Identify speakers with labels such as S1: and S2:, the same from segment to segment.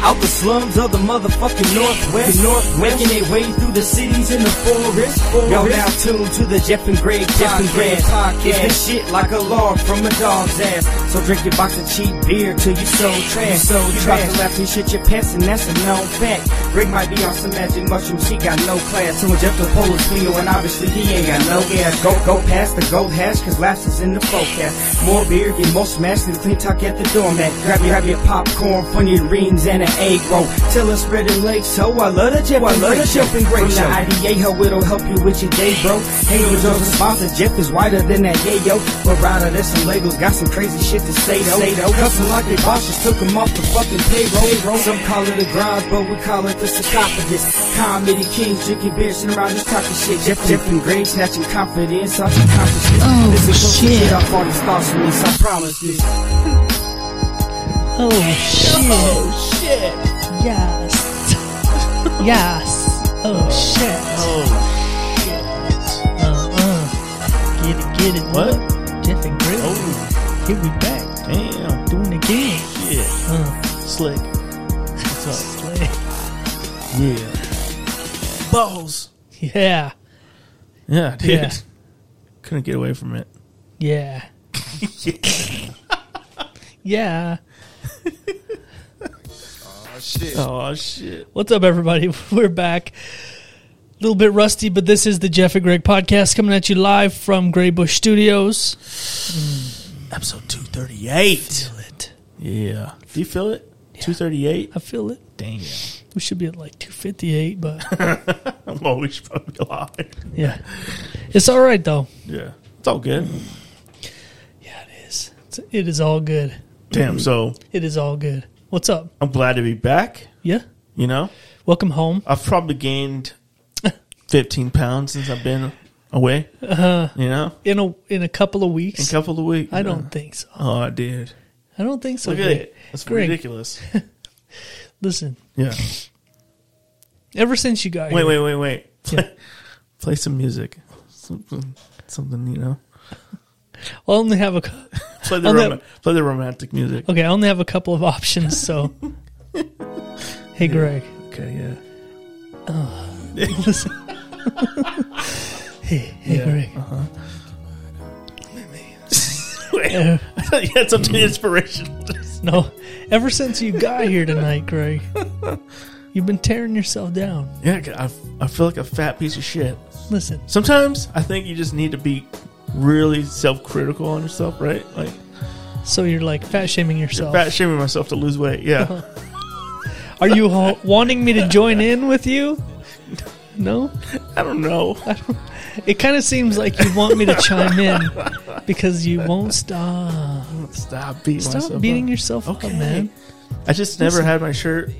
S1: Out the slums of the motherfucking Northwest. Northwest. Making their way through the cities in the forest. Y'all now tuned to the Jeff and Greg Jeff and Greg podcast. It's this shit like a log from a dog's ass. So drink your box of cheap beer till you so trash. So you about to laugh and shit your pants and that's a known fact. Greg might be on some magic mushroom, she got no class. So when Jeff the pole is Cleo and obviously he ain't got no gas. Go, go past the gold hash cause laughs is in the forecast. More beer, get more smashed than clean talk at the doormat. Grab your, grab your popcorn, funny rings and an egg roll. Till us spread the lake, so I love the Jeff, I love the Jeff and Greg show. From the IDA, hoe it'll help you with your day, bro. Hey, yo, Joe's a sponsor, Jeff is whiter than that, yeah, yo. But rather, there's some Legos, got some crazy shit to say, though. Say, though. Custom like they bosses took them off the fucking payroll. Some call it a grind, but we call it the sarcophagus. Comedy kings drinking beer, sitting around this type of shit. Jeff, Jeff and Greg snatching confidence off the confidence.
S2: Oh,
S1: this is some
S2: shit.
S1: shit off all these thoughts from this, I promise this.
S2: Oh shit.
S3: Oh shit!
S2: Yes. yes. Oh shit.
S3: Oh,
S2: Uh, uh. Get it, get it.
S3: What?
S2: Jeff and Greg.
S3: oh,
S2: Here we back.
S3: damn!
S2: Doing it again.
S3: Shit,
S2: Uh,
S3: slick. What's up?
S2: slay.
S3: Yeah, balls.
S2: yeah.
S3: Yeah, dude.
S2: Yeah.
S3: Couldn't get away from it.
S2: Yeah. yeah.
S3: Oh shit!
S2: What's up, everybody? We're back. A little bit rusty, but this is the Jeff and Greg podcast coming at you live from Greybush Studios.
S3: Episode two thirty eight.
S2: Feel it.
S3: Yeah. Do you feel it? Two thirty eight.
S2: I feel it.
S3: Damn.
S2: We should be at like 258, but
S3: I'm always probably alive.
S2: yeah. It's all right, though.
S3: Yeah. It's all good.
S2: Yeah, it is. It's, it is all good.
S3: Damn. So
S2: It is all good. What's up?
S3: I'm glad to be back.
S2: Yeah.
S3: You know,
S2: Welcome home.
S3: I've probably gained fifteen pounds since I've been away. You know,
S2: In a in a couple of
S3: in a
S2: weeks.
S3: couple of weeks.
S2: Uh-huh. I don't think so.
S3: Oh, I did.
S2: I don't think so.
S3: Look at
S2: Greg.
S3: it. That's
S2: Greg,
S3: ridiculous.
S2: Listen,
S3: Yeah.
S2: ever since you got
S3: Wait,
S2: here,
S3: wait, wait, wait. Play,
S2: Yeah.
S3: play some music. Something, something, you know.
S2: I only have a cou-
S3: Play the
S2: On that-
S3: rom- play the romantic music.
S2: okay. I only have a couple of options. So, hey, Greg,
S3: Okay, yeah.
S2: listen. hey, hey,
S3: Yeah,
S2: Greg.
S3: wait,
S2: Uh,
S3: I thought you had something inspirational.
S2: no, ever since you got here tonight, Greg, you've been tearing yourself down.
S3: Yeah, I, I feel like a fat piece of shit.
S2: Listen,
S3: Sometimes I think you just need to be really self-critical on yourself, right? Like
S2: so you're like fat shaming yourself.
S3: fat shaming myself to lose weight. Yeah,
S2: Are you ho- wanting me to join in with you? No?
S3: I don't know.
S2: It kind of seems like you want me to chime in because you won't stop.
S3: Stop beating
S2: Stop
S3: myself.
S2: beating
S3: up.
S2: yourself up,
S3: Okay.
S2: man.
S3: I just never had my shirt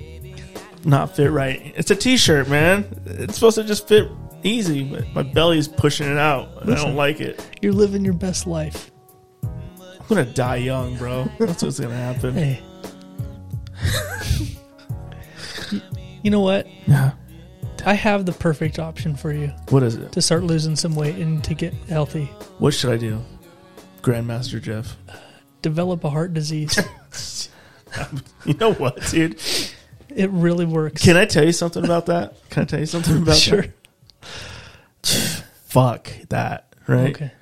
S3: not fit right. It's a t-shirt, man. It's supposed to just fit easy, but my belly's pushing it out, and I
S2: Listen.
S3: don't like it.
S2: You're living your best life.
S3: I'm gonna die young, bro. That's what's gonna happen.
S2: Hey. You- you know what?
S3: Yeah.
S2: I have the perfect option for you
S3: What is it?
S2: to start losing some weight and to get healthy.
S3: What should I do, Grandmaster Jeff?
S2: Develop a heart disease.
S3: You know what, dude?
S2: It really works.
S3: Can I tell you something about that? Can I tell you something about
S2: Sure.
S3: that? Fuck that, right?
S2: Okay.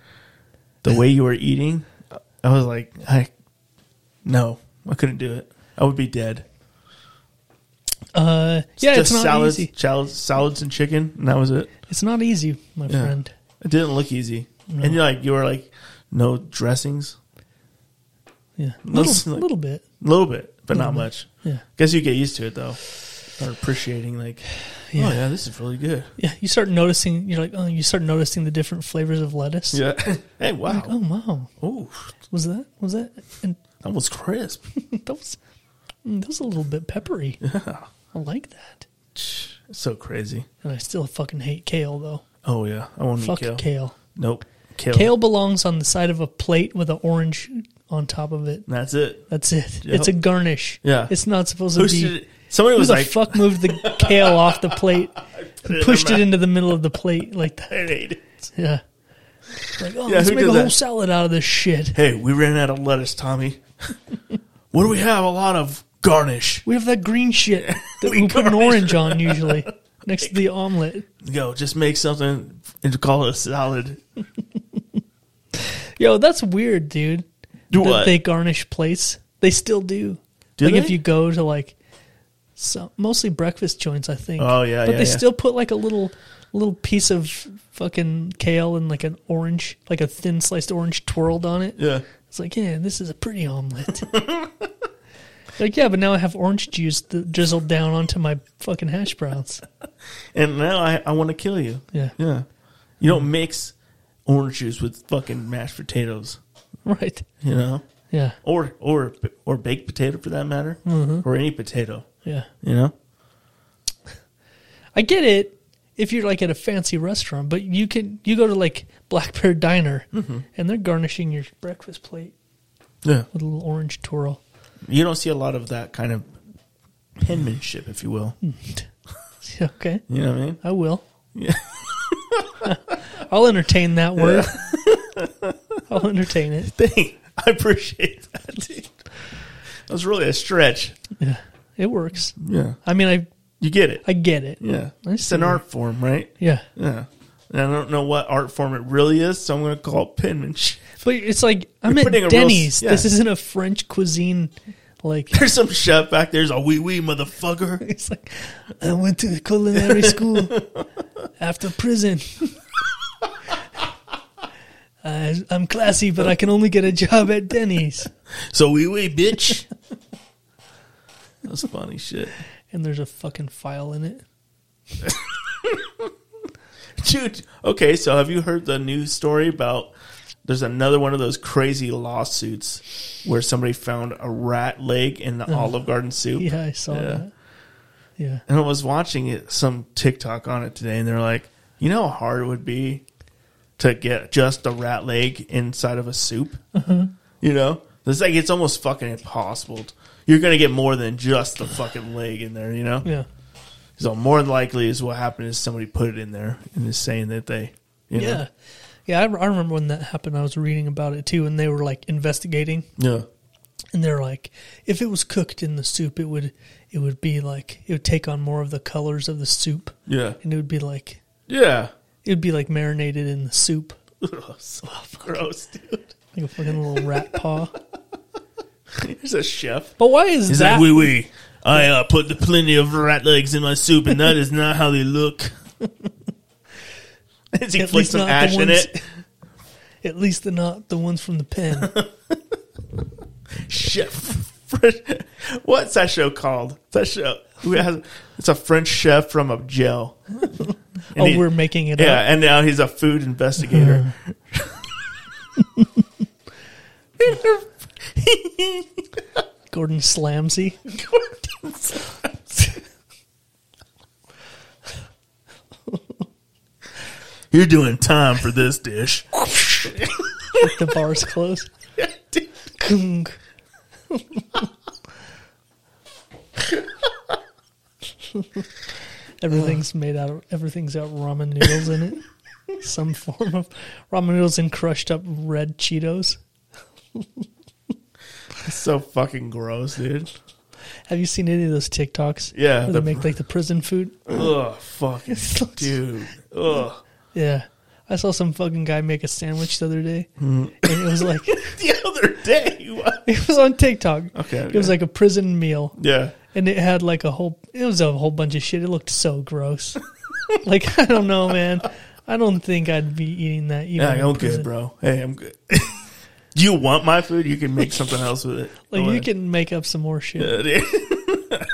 S3: The way you were eating, I was like, I no, I couldn't do it. I would be dead.
S2: Uh, yeah, it's not
S3: salads,
S2: easy.
S3: salads, salads and chicken, and that was it.
S2: It's not easy, my
S3: Yeah.
S2: friend.
S3: It didn't look easy. And you're like you were like no dressings,
S2: Yeah, little,
S3: Let's, like-
S2: little bit.
S3: a little bit, but not
S2: Mm-hmm.
S3: much.
S2: Yeah,
S3: Guess you get used to it though, or appreciating like,
S2: Yeah.
S3: oh yeah, this is really good.
S2: yeah. You start noticing. You're like, oh, you start noticing the different flavors of lettuce.
S3: Yeah. hey,
S2: Like, oh
S3: wow.
S2: wow,
S3: Oh,
S2: was that was that? And
S3: that was crisp.
S2: that was mm, that was a little bit peppery. I like that.
S3: so crazy.
S2: And I still fucking hate kale though.
S3: Oh yeah, I won't
S2: Fuck
S3: eat kale.
S2: kale.
S3: Nope. Kale.
S2: Kale belongs on the side of a plate with an orange on top of it.
S3: That's it.
S2: That's it.
S3: Yep.
S2: It's a garnish.
S3: Yeah.
S2: It's not supposed to
S3: Who
S2: be.
S3: should? Somebody
S2: Who
S3: was
S2: the
S3: like,
S2: fuck moved the kale off the plate and
S3: in
S2: pushed
S3: their
S2: it
S3: mouth.
S2: into the middle of the plate like that?
S3: I ate it.
S2: Yeah. Like, oh,
S3: Yeah,
S2: let's
S3: who
S2: make a
S3: did
S2: whole
S3: that?
S2: salad out of this shit.
S3: Hey, we ran out of lettuce, Tommy. what do we have? A lot of garnish.
S2: We have that green shit that we, put an orange on usually next to the omelet.
S3: Yo, just make something and call it a salad.
S2: Yo, that's weird, dude.
S3: Do
S2: that
S3: what?
S2: they garnish plates. They still do.
S3: Do
S2: like if
S3: they?
S2: you go to like some mostly breakfast joints, I think.
S3: Oh, yeah,
S2: but
S3: yeah,
S2: they
S3: yeah.
S2: still put like a little little piece of fucking kale and like an orange, like a thin sliced orange twirled on it.
S3: yeah.
S2: It's like, yeah, this is a pretty omelet. like, yeah, but now I have orange juice that drizzled down onto my fucking hash browns.
S3: And now I, I want to kill you.
S2: Yeah.
S3: Yeah. You don't mix orange juice with fucking mashed potatoes,
S2: Right.
S3: you know?
S2: Yeah.
S3: Or or or baked potato for that matter, or any potato,
S2: Yeah.
S3: you know?
S2: I get it if you're like at a fancy restaurant, but you can you go to like Black Bear Diner
S3: Mm-hmm.
S2: and they're garnishing your breakfast plate
S3: Yeah.
S2: with a little orange twirl.
S3: You don't see a lot of that kind of penmanship, if you will.
S2: okay.
S3: You know what I mean?
S2: I will. I'll entertain that word. I'll entertain it.
S3: Thing. I appreciate that. Dude. That was really a stretch.
S2: Yeah. It works.
S3: Yeah.
S2: I mean I
S3: You get it.
S2: I get it.
S3: Yeah.
S2: I
S3: It's
S2: see.
S3: an art form, right?
S2: Yeah.
S3: Yeah. And I don't know what art form it really is, so I'm going to call it penmanship.
S2: But it's like I'm
S3: You're
S2: at
S3: putting a real-
S2: Denny's.
S3: yeah.
S2: This isn't a French cuisine like
S3: There's some chef back there's a wee wee motherfucker.
S2: It's like, I went to culinary school after prison. I, I'm classy, but I can only get a job at Denny's.
S3: So wee wee bitch. That's funny shit.
S2: And there's a fucking file in it.
S3: Dude, okay, so have you heard the news story about there's another one of those crazy lawsuits where somebody found a rat leg in the Olive Garden soup?
S2: Uh-huh. Yeah, I saw
S3: Yeah.
S2: that. Yeah.
S3: And I was watching it, some TikTok on it today, and they're like, you know how hard it would be to get just a rat leg inside of a soup? You know? It's like, it's almost fucking impossible. You're going to get more than just the fucking leg in there, you know?
S2: Yeah.
S3: So, more than likely, is what happened is somebody put it in there and is saying that they, you know?
S2: Yeah. Yeah, I, I remember when that happened. I was reading about it too, and they were like investigating,
S3: Yeah.
S2: and they're like, if it was cooked in the soup, it would, it would be like, it would take on more of the colors of the soup,
S3: Yeah.
S2: and it would be like,
S3: Yeah.
S2: it would be like marinated in the soup,
S3: Ugh, so gross, dude.
S2: like a fucking little rat paw.
S3: There's a chef.
S2: But why is
S3: He's
S2: that?
S3: like, wee wee. I uh, put the plenty of rat legs in my soup, and that is not how they look. Is he
S2: At
S3: flick
S2: least
S3: some
S2: not the
S3: ash in
S2: ones-
S3: it?
S2: at least they're not the ones from the pen.
S3: Chef. French. What's that show called? That show. Who has, it's a French chef from a jail. And
S2: oh,
S3: he-
S2: we're making it
S3: yeah,
S2: up.
S3: and now he's a food investigator.
S2: Gordon Slamsey.
S3: You're doing time for this dish.
S2: the bar's closed. Kung. everything's made out of everything's got ramen noodles in it. Some form of ramen noodles and crushed up red Cheetos.
S3: It's so fucking gross, dude.
S2: Have you seen any of those TikToks?
S3: Yeah,
S2: where
S3: the-
S2: they make like the prison food.
S3: Ugh, fucking dude. Ugh.
S2: Yeah. I saw some fucking guy make a sandwich the other day.
S3: Mm.
S2: And it was like
S3: The other day. What?
S2: it was on TikTok.
S3: Okay,
S2: It was
S3: okay.
S2: like a prison meal.
S3: Yeah.
S2: And it had like a whole it was a whole bunch of shit. It looked so gross. like I don't know, man. I don't think I'd be eating that even.
S3: Yeah,
S2: in
S3: I'm
S2: prison.
S3: good, bro. Hey, I'm good. you want my food? You can make something else with it.
S2: Like
S3: Go
S2: you
S3: ahead.
S2: can make up some more shit.
S3: Yeah, dude.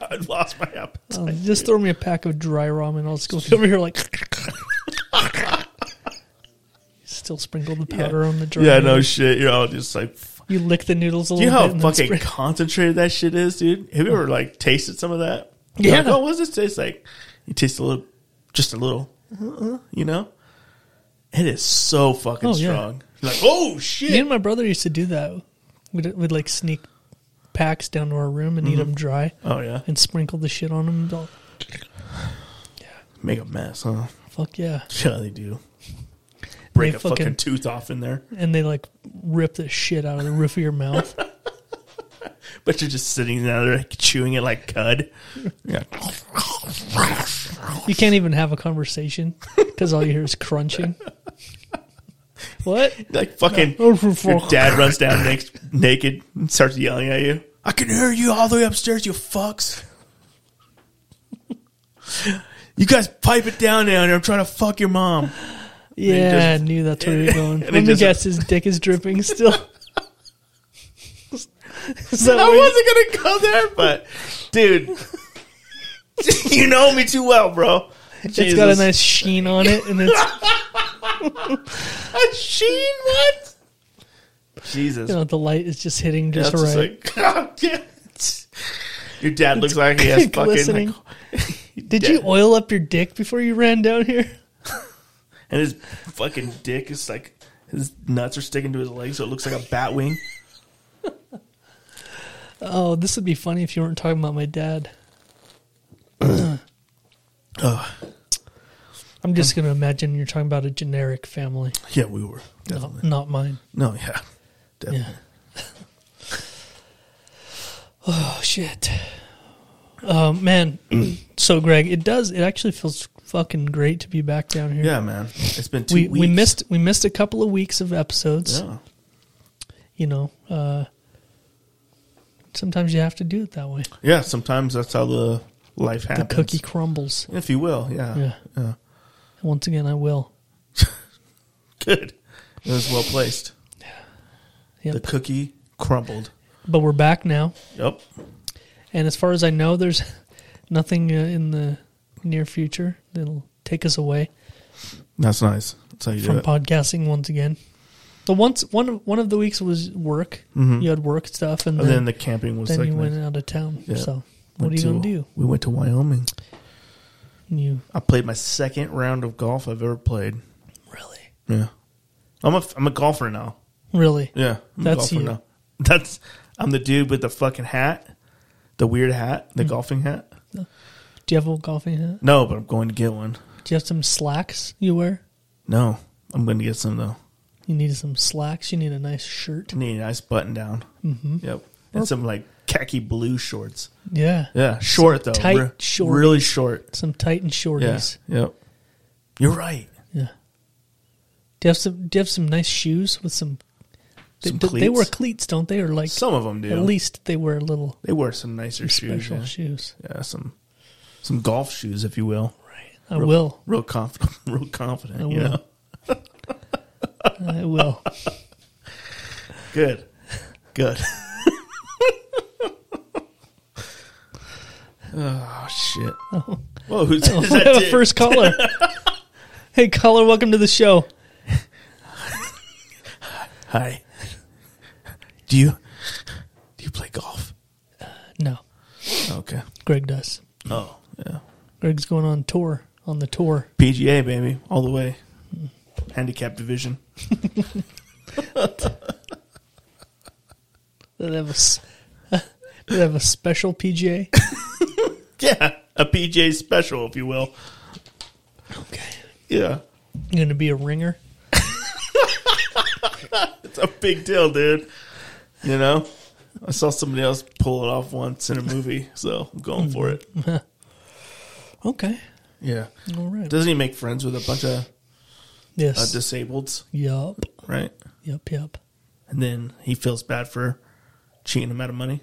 S3: I lost my appetite.
S2: Um, just throw me a pack of dry ramen. I'll just go over here like Still sprinkle the powder on the dry.
S3: Yeah, no
S2: noodles.
S3: shit. You're all just like, f-
S2: you lick the noodles a
S3: do you
S2: little
S3: know how
S2: bit. and then
S3: fucking
S2: sprinkle-
S3: concentrated that shit is, dude? Have you ever like tasted some of that?
S2: Yeah.
S3: Like, oh, what does this taste like? You taste a little, just a little, uh-uh, you know? It is so fucking
S2: Oh, yeah.
S3: strong. You're Like, oh
S2: Me
S3: shit.
S2: and my brother used to do that. We'd, we'd like sneak packs down to our room and eat 'em eat them dry
S3: Oh, yeah.
S2: and sprinkle the shit on them.
S3: Make a mess, huh?
S2: Fuck yeah.
S3: Yeah, they do. Break
S2: They
S3: a fucking,
S2: fucking-
S3: tooth off in there.
S2: And they like rip the shit out of the roof of your mouth.
S3: but you're just sitting there like, chewing it like cud. Yeah.
S2: You can't even have a conversation because all you hear is crunching. What?
S3: Like fucking
S2: No.
S3: your dad runs down next, naked and starts yelling at you. I can hear you all the way upstairs, you fucks. you guys pipe it down down here. I'm trying to fuck your mom.
S2: Yeah,
S3: just-
S2: I knew that's where you're going.
S3: and
S2: Let
S3: he
S2: me
S3: just-
S2: guess, his dick is dripping still. Is that
S3: I
S2: what-
S3: wasn't gonna go there, but dude, you know me too well, bro.
S2: it's got a nice sheen on it, and it's
S3: a sheen. What? Jesus,
S2: you know the light is just hitting just
S3: That's just
S2: right.
S3: like, God damn it. Your dad looks like he has fucking like,
S2: Glistening. Did you
S3: dead.
S2: oil up your dick before you ran down here?
S3: and his fucking dick is like his nuts are sticking to his legs, so it looks like a bat wing.
S2: Oh, this would be funny if you weren't talking about my dad.
S3: Oh.
S2: I'm just gonna imagine you're talking about a generic family,
S3: Yeah, we were
S2: not, not mine.
S3: No, yeah, definitely.
S2: Yeah. oh shit. Oh man. so Greg, it does. It actually feels fucking great to be back down here.
S3: Yeah, man, it's been two
S2: We
S3: weeks.
S2: we missed we missed a couple of weeks of episodes.
S3: Yeah.
S2: You know. Uh, sometimes you have to do it that way.
S3: yeah, sometimes that's how the life happens,
S2: Cookie crumbles.
S3: if you will. Yeah,
S2: Yeah.
S3: yeah.
S2: Once again, I will.
S3: good. It was well placed.
S2: Yep.
S3: The cookie crumbled.
S2: But we're back now,
S3: Yep.
S2: and as far as I know, there's nothing uh, in the near future that'll take us away.
S3: That's nice. That's how you do
S2: from
S3: it.
S2: podcasting once again. The once one of- one of the weeks was work. You had work stuff, and,
S3: Mm-hmm. and
S2: then,
S3: then the camping was
S2: then
S3: like
S2: you went
S3: nice.
S2: out of town.
S3: Yeah.
S2: So what
S3: Went
S2: are you gonna
S3: to-
S2: do?
S3: We went to Wyoming.
S2: You
S3: I played my second round of golf I've ever played.
S2: really,
S3: Yeah, I'm a I'm a golfer now.
S2: really,
S3: Yeah, I'm
S2: That's
S3: a golfer
S2: you.
S3: now. That's I'm the dude with the fucking hat, the weird hat,
S2: Hmm.
S3: the golfing hat.
S2: do you have a golfing hat?
S3: No, but I'm going to get one.
S2: Do you have some slacks you wear?
S3: No, I'm going to get some though.
S2: You need some slacks. You need a nice shirt.
S3: I need a nice button down. Mm-hmm. Yep, and some like khaki blue shorts.
S2: Yeah,
S3: Yeah, short though.
S2: tight
S3: Re-
S2: shorties.
S3: Really short.
S2: some tight and
S3: Yeah.
S2: shorties.
S3: Yep. You're right.
S2: Yeah. Do you have some? Do you have some nice shoes with some? They,
S3: Some
S2: do- they
S3: cleats?
S2: wear cleats, don't they? Or like
S3: Some of them do.
S2: at least they wear little
S3: they wear some nicer shoes.
S2: special
S3: Yeah.
S2: shoes.
S3: yeah, some some golf shoes, if you will.
S2: Right. I will.
S3: Real confident. Real confident.
S2: I
S3: You
S2: will.
S3: know.
S2: I will.
S3: Good. Good. oh shit. Whoa, who's is
S2: We
S3: that
S2: have a
S3: dude?
S2: first caller. hey, caller, welcome to the show.
S3: Hi. Do you do you play golf?
S2: No,
S3: Okay.
S2: Greg does.
S3: Oh. Yeah.
S2: Greg's going on tour on the tour.
S3: PGA baby, all the way. Handicap division.
S2: Do they have a, s- do they have a special PGA?
S3: Yeah. A PGA special, if you will.
S2: Okay,
S3: Yeah.
S2: you going to be a ringer.
S3: It's a big deal, dude. You know? I saw somebody else pull it off once in a movie, so I'm going for it.
S2: Okay,
S3: Yeah.
S2: all right.
S3: Doesn't he make friends with a bunch of uh,
S2: yes.
S3: disableds,
S2: yup.
S3: right?
S2: Yup. Yup.
S3: And then he feels bad for cheating him out of money.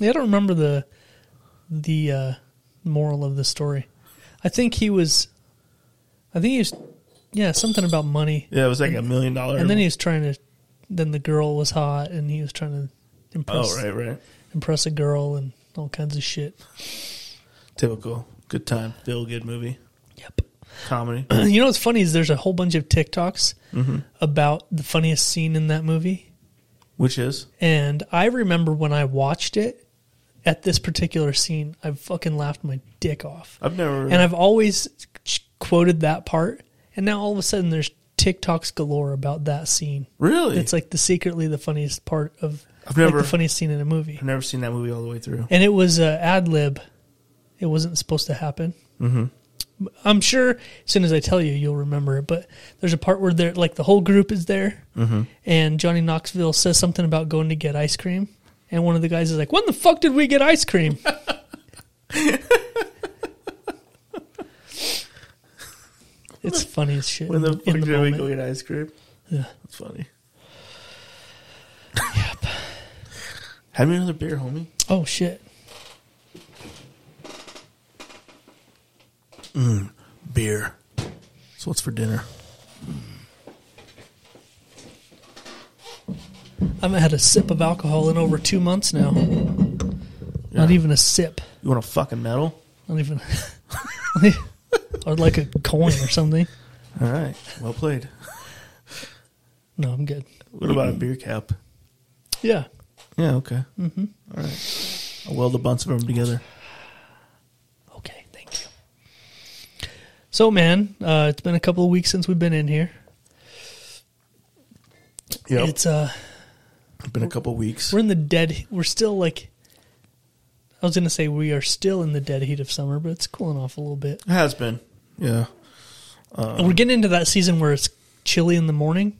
S2: Yeah, I don't remember the the uh, moral of the story. I think he was. I think he was. Yeah, something about money.
S3: Yeah, it was like a million dollar.
S2: And then he was trying to. Then the girl was hot, and he was trying to impress.
S3: oh right, right,
S2: impress a girl and all kinds of shit.
S3: typical. Good time, feel good movie,
S2: Yep.
S3: comedy.
S2: You know what's funny is there's a whole bunch of TikToks
S3: Mm-hmm.
S2: about the funniest scene in that movie.
S3: Which is
S2: And I remember when I watched it at this particular scene, I fucking laughed my dick off.
S3: I've never.
S2: And I've always ch- quoted that part. And now all of a sudden there's TikToks galore about that scene.
S3: really,
S2: It's like the secretly the funniest part of
S3: I've
S2: like
S3: never-
S2: the funniest scene in a movie.
S3: I've never seen that movie all the way through.
S2: and it was uh, ad lib. It wasn't supposed to happen. Mm-hmm. I'm sure as soon as I tell you, you'll remember it. But there's a part where they're
S3: Mm-hmm.
S2: like the whole group is there, and Johnny Knoxville says something about going to get ice cream, And one of the guys is like, "When the fuck did we get ice cream?" it's funny as shit.
S3: When the
S2: in-
S3: fuck
S2: in
S3: did we
S2: moment.
S3: go get ice cream?
S2: Yeah.
S3: That's funny. Have me another beer, homie.
S2: Oh shit!
S3: Beer. So what's for dinner?
S2: I haven't had a sip of alcohol in over two months now. Not even a sip.
S3: You want a fucking medal?
S2: Not even. or like a coin or something.
S3: All right. Well played.
S2: No, I'm good.
S3: What about a beer cap?
S2: Yeah.
S3: Yeah, okay. Mm-hmm. All right. I'll weld a bunch of them together.
S2: Okay. Thank you. So, man, uh, it's been a couple of weeks since we've been in here.
S3: Yeah.
S2: It's uh,
S3: It's been a couple weeks.
S2: we're in the dead. We're still like. I was gonna say we are still in the dead heat of summer, but it's cooling off a little bit.
S3: It has been. Yeah. Uh-huh.
S2: we're getting into that season where it's chilly in the morning,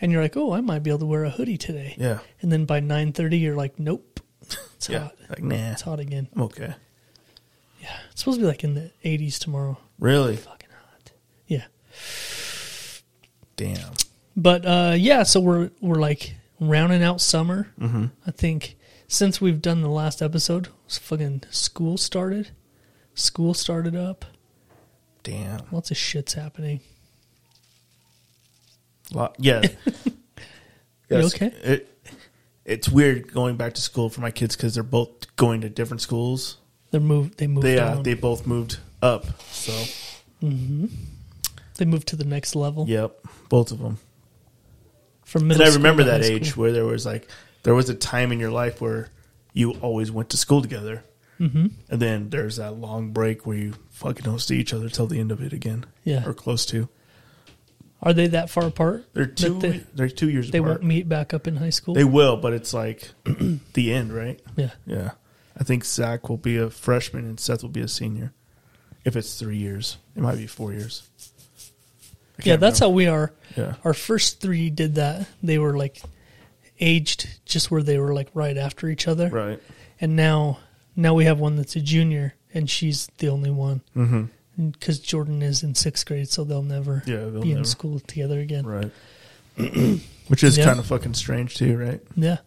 S2: and you're like, "Oh, I might be able to wear a hoodie today."
S3: Yeah.
S2: And then by nine thirty, you're like, "Nope, it's
S3: Yeah.
S2: hot.
S3: Like, nah.
S2: It's hot again."
S3: I'm okay.
S2: It's supposed to be like in the 80s tomorrow.
S3: Really?
S2: Fucking hot. Yeah.
S3: Damn.
S2: But uh, yeah, so we're we're like rounding out summer. Mm-hmm. I think since we've done the last episode, s- fucking school started, school started up.
S3: Damn.
S2: Lots of shits happening.
S3: Lot, yeah. Yes.
S2: okay?
S3: It, it's weird going back to school for my kids because they're both going to different schools.
S2: They moved. They moved.
S3: They uh,
S2: down.
S3: they
S2: they
S3: both moved up. So
S2: moved to the next level.
S3: yep, both of them.
S2: From
S3: And
S2: middle.
S3: I
S2: school
S3: remember
S2: to
S3: that
S2: high
S3: age
S2: school.
S3: where there was like there was a time in your life where you always went to school together, mm-hmm. and then there's that long break where you fucking don't see each other till the end of it again.
S2: Yeah.
S3: or close to.
S2: Are they that far apart?
S3: They're
S2: that
S3: two.
S2: They,
S3: They, are two years
S2: they
S3: apart.
S2: won't meet back up in high school.
S3: They will, but it's like the end, right?
S2: yeah.
S3: Yeah. I think Zach will be a freshman and Seth will be a senior. If it's three years, it might be four years. I
S2: Yeah,
S3: can't
S2: that's
S3: remember.
S2: how we are.
S3: Yeah.
S2: Our first three did that. They were like aged just where they were like right after each other.
S3: Right.
S2: And now now we have one that's a junior and she's the only one. Mm-hmm. Cuz Jordan is in 6th grade so they'll never
S3: Yeah, they'll
S2: be in
S3: never.
S2: school together again.
S3: Right. Which is
S2: Yeah.
S3: kind of fucking strange, too, right?
S2: Yeah.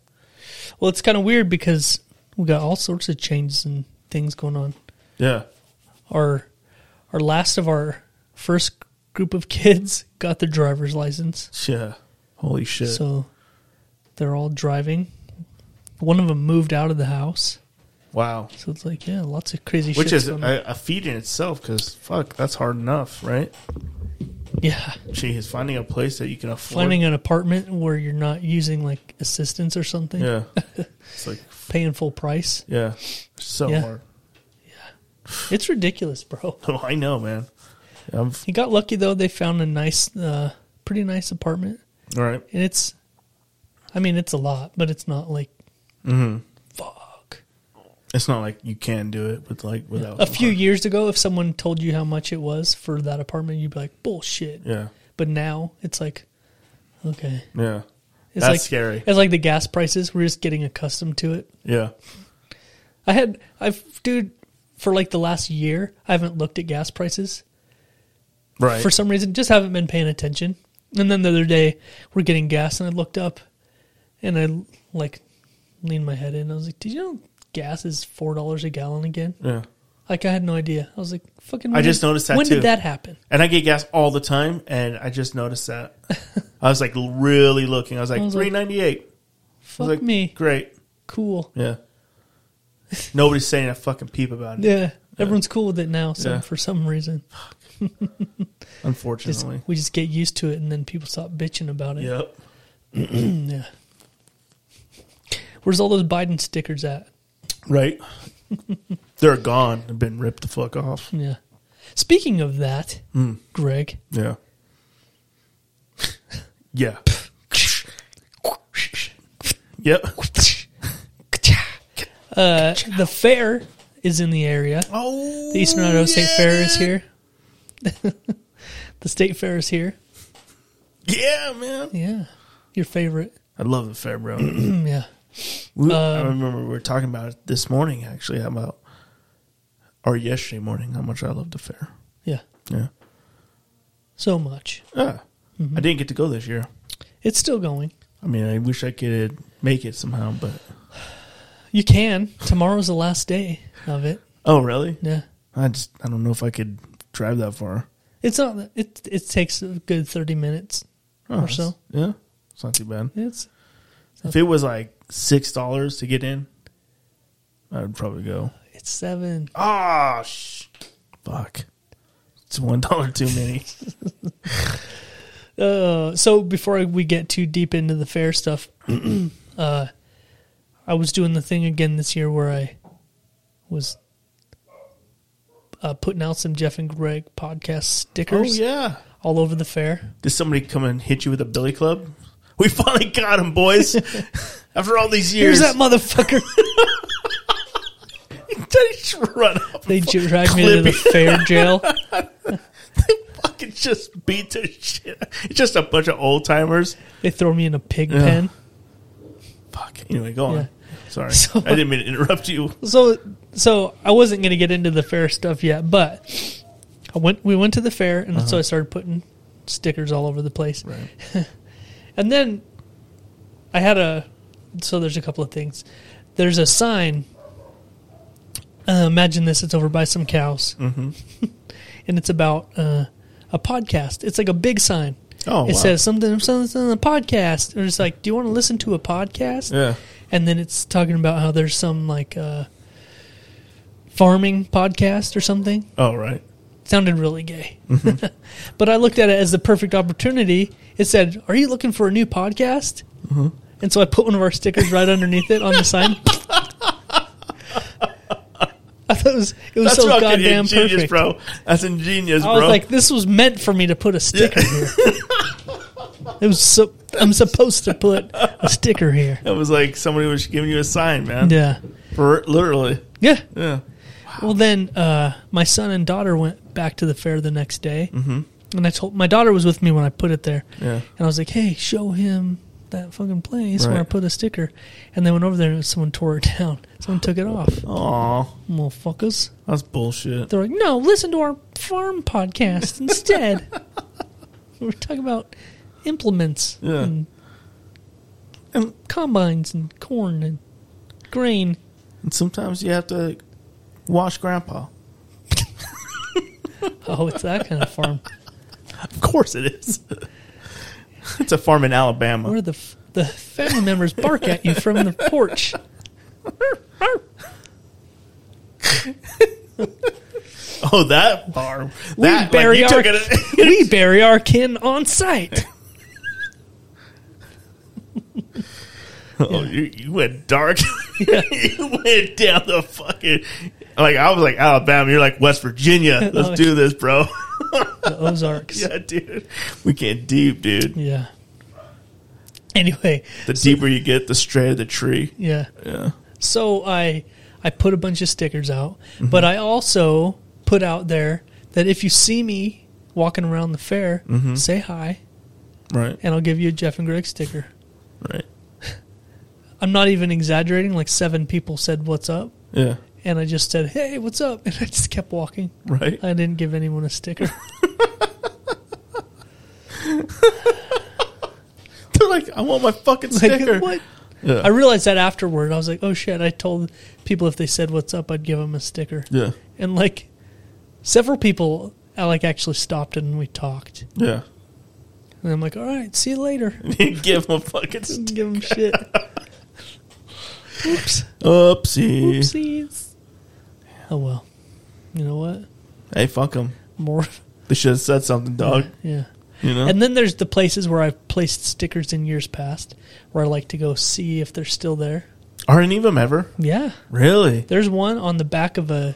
S2: Well, it's kind of weird because we got all sorts of changes and things going on.
S3: Yeah.
S2: Our our last of our first group of kids got their driver's license.
S3: Yeah. Holy shit.
S2: So they're all driving. One of them moved out of the house.
S3: wow.
S2: So it's like, yeah, lots of crazy shit.
S3: Which is a, a feat in itself because, fuck, that's hard enough, right?
S2: yeah.
S3: Jeez, finding a place that you can afford.
S2: Finding an apartment where you're not using like assistance or something,
S3: Yeah. it's like,
S2: paying full price.
S3: yeah. So
S2: Yeah.
S3: hard.
S2: It's ridiculous, bro.
S3: Oh, I know, man. I'm,
S2: He got lucky though. They found a nice, uh, pretty nice apartment.
S3: all right.
S2: And it's, I mean, it's a lot, but it's not like, fuck.
S3: It's not like you can do it with like without
S2: A few years ago, if someone told you how much it was for that apartment, you'd be like, bullshit.
S3: Yeah.
S2: But now it's like, okay.
S3: Yeah.
S2: It's
S3: That's
S2: like,
S3: scary.
S2: It's like the gas prices. We're just getting accustomed to it.
S3: Yeah.
S2: I had, I've, dude, for like the last year, I haven't looked at gas prices
S3: Right.
S2: for some reason. Just haven't been paying attention. And then the other day, we're getting gas, and I looked up, and I like leaned my head in. I was like, "Did you know gas is four dollars a gallon again?"
S3: yeah.
S2: Like I had no idea. I was like, "Fucking."
S3: I
S2: when
S3: just
S2: did-
S3: noticed that
S2: When
S3: too.
S2: did that happen?
S3: And I get gas all the time, and I just noticed that. I was like really looking. I was like
S2: I was like,
S3: three ninety eight.
S2: Fuck
S3: like,
S2: me.
S3: Great.
S2: Cool.
S3: Yeah. Nobody's saying a fucking peep about it.
S2: Yeah. Everyone's cool with it now. So
S3: Yeah.
S2: for some reason, just,
S3: Unfortunately.
S2: we just get used to it, and then people stop bitching about it.
S3: Yep.
S2: Yeah. Where's all those Biden stickers at?
S3: Right. They're gone. They've been ripped the fuck off.
S2: Yeah. Speaking of that,
S3: Mm.
S2: Greg,
S3: Yeah. Yeah. yep.
S2: uh, the fair is in the area.
S3: Oh.
S2: The Eastern Idaho State
S3: yeah,
S2: Fair is
S3: man.
S2: here. the state fair is here.
S3: Yeah, man.
S2: Yeah. Your favorite.
S3: I love the fair, bro.
S2: yeah.
S3: We, I
S2: Um,
S3: remember we were talking about it this morning, actually, about or yesterday morning, how much I loved the fair.
S2: Yeah,
S3: Yeah,
S2: so much.
S3: yeah. Ah.
S2: Mm-hmm.
S3: I didn't get to go this year.
S2: It's still going.
S3: I mean, I wish I could make it somehow, but
S2: You can. Tomorrow's the last day of it.
S3: oh, really?
S2: Yeah,
S3: I just I don't know if I could drive that far
S2: it's not. It it takes a good thirty minutes
S3: Oh,
S2: or
S3: that's-
S2: so.
S3: Yeah, it's not too bad.
S2: It's
S3: If it was like six dollars to get in, I'd probably go.
S2: it's seven.
S3: Ah, sh- fuck! It's one dollar too many.
S2: Uh, so before we get too deep into the fair stuff, uh, I was doing the thing again this year where I was uh, putting out some Jeff and Greg podcast
S3: oh
S2: stickers
S3: yeah.
S2: all over the fair.
S3: Did somebody come and hit you with a billy club? We finally got him, boys. After all these years,
S2: Here's that motherfucker.
S3: they just run up.
S2: they dragged me to the fair jail.
S3: They fucking just beat the shit. It's just a bunch of old timers.
S2: They throw me in a pig
S3: Yeah.
S2: pen.
S3: Fuck. Anyway, go on.
S2: Yeah.
S3: Sorry,
S2: So-
S3: I didn't mean to interrupt you.
S2: So, so I wasn't going to get into the fair stuff yet, but I went. We went to the fair, and
S3: Uh-huh.
S2: so I started putting stickers all over the place.
S3: Right.
S2: And then I had a so there's a couple of things. There's a sign. Uh, imagine this: it's over by some cows, mm-hmm. and it's about uh, a podcast. It's like a big sign.
S3: Oh,
S2: it
S3: wow.
S2: says something, something, something, a podcast, or it's like, do you want to listen to a podcast?
S3: Yeah.
S2: and then it's talking about how there's some like uh, farming podcast or something.
S3: Oh, right.
S2: sounded really gay,
S3: Mm-hmm.
S2: but I looked at it as the perfect opportunity. It said, "Are you looking for a new podcast?"
S3: Mm-hmm.
S2: And so I put one of our stickers right underneath it on the sign. I thought it was it was
S3: That's
S2: so
S3: fucking
S2: goddamn
S3: ingenious,
S2: perfect.
S3: bro. That's ingenious,
S2: I was
S3: bro.
S2: like, "This was meant for me to put a sticker here." It was so I'm supposed to put a sticker here.
S3: that was like somebody was giving you a sign, man.
S2: Yeah,
S3: For literally.
S2: yeah.
S3: Yeah.
S2: Well, then uh, my son and daughter went back to the fair the next day, mm-hmm. and I told my daughter was with me when I put it there,
S3: Yeah.
S2: and I was like, "Hey, show him that fucking place where I
S3: Right.
S2: put a sticker," and they went over there and someone tore it down. Someone took it off,
S3: Oh. Aw,
S2: motherfuckers.
S3: that's bullshit.
S2: They're like, "No, listen to our farm podcast instead." We're talking about implements
S3: Yeah.
S2: and
S3: And,
S2: combines and corn and grain.
S3: and sometimes you have to wash grandpa.
S2: Oh, it's that kind of farm.
S3: Of course it is. it's a farm in Alabama.
S2: Where the f- the family members bark at you from the porch.
S3: oh, that farm. That, like,
S2: we bury
S3: you
S2: our
S3: took it-
S2: we bury our kin on site.
S3: oh, you, you went dark. you went down the fucking. Like, I was like, Alabama. You're like, West Virginia. Let's
S2: Oh,
S3: do this, bro.
S2: The Ozarks. Yeah.
S3: yeah, dude. We get deep, dude.
S2: Anyway,
S3: The deeper you get, the straighter the tree.
S2: yeah.
S3: Yeah.
S2: So I I put a bunch of stickers out,
S3: Mm-hmm.
S2: but I also put out there that if you see me walking around the fair,
S3: Mm-hmm.
S2: say hi,
S3: Right.
S2: and I'll give you a Jeff and Greg sticker.
S3: Right.
S2: I'm not even exaggerating. Like seven people said, "What's up?"
S3: Yeah.
S2: And I just said, "Hey, what's up?" And I just kept walking.
S3: Right.
S2: I didn't give anyone a sticker.
S3: They're like, I want my fucking
S2: Like,
S3: sticker.
S2: what?
S3: Yeah.
S2: I realized that afterward. I was like, oh shit, I told people if they said what's up, I'd give them a sticker.
S3: yeah.
S2: And like several people, I like actually stopped and we talked.
S3: Yeah.
S2: And I'm like, all right, see you later.
S3: Give him a fucking
S2: Didn't
S3: st-
S2: give them shit. Oops.
S3: oopsie.
S2: Oopsies. Oh well. You know what?
S3: Hey, fuck him.
S2: More.
S3: They should have said something, dog.
S2: Yeah.
S3: You know?
S2: And then there's the places where I've placed stickers in years past where I like to go see if they're still there.
S3: Are any of them ever?
S2: Yeah.
S3: Really?
S2: There's one on the back of a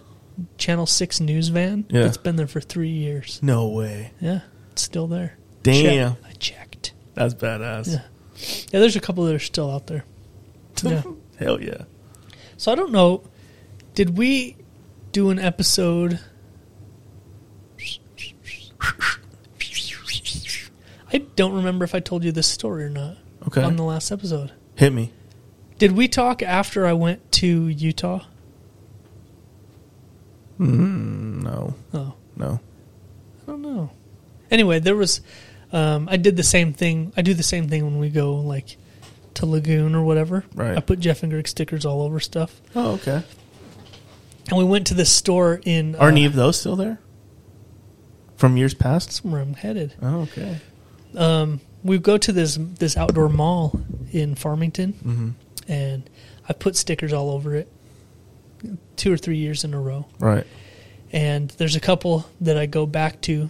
S2: Channel Six news van
S3: Yeah.
S2: that's been there for three years.
S3: No way.
S2: Yeah, it's still there.
S3: Damn.
S2: Check- I checked.
S3: That's badass.
S2: Yeah. Yeah, there's a couple that are still out there. Yeah.
S3: Hell yeah.
S2: So I don't know. Did we do an episode? I don't remember if I told you this story or not
S3: Okay.
S2: on the last episode.
S3: Hit me.
S2: Did we talk after I went to Utah?
S3: Hmm, No,
S2: Oh,
S3: no.
S2: I don't know. Anyway, there was. Um, I did the same thing. I do the same thing when we go like to Lagoon or whatever.
S3: Right.
S2: I put Jeff and Greg stickers all over stuff,
S3: Oh, okay.
S2: and we went to this store in uh,
S3: Are any of those still there? From years past?
S2: that's where I'm headed.
S3: Oh, okay.
S2: we go to this this outdoor mall in Farmington, and I put stickers all over it, two or three years in a row.
S3: Right.
S2: And there's a couple that I go back to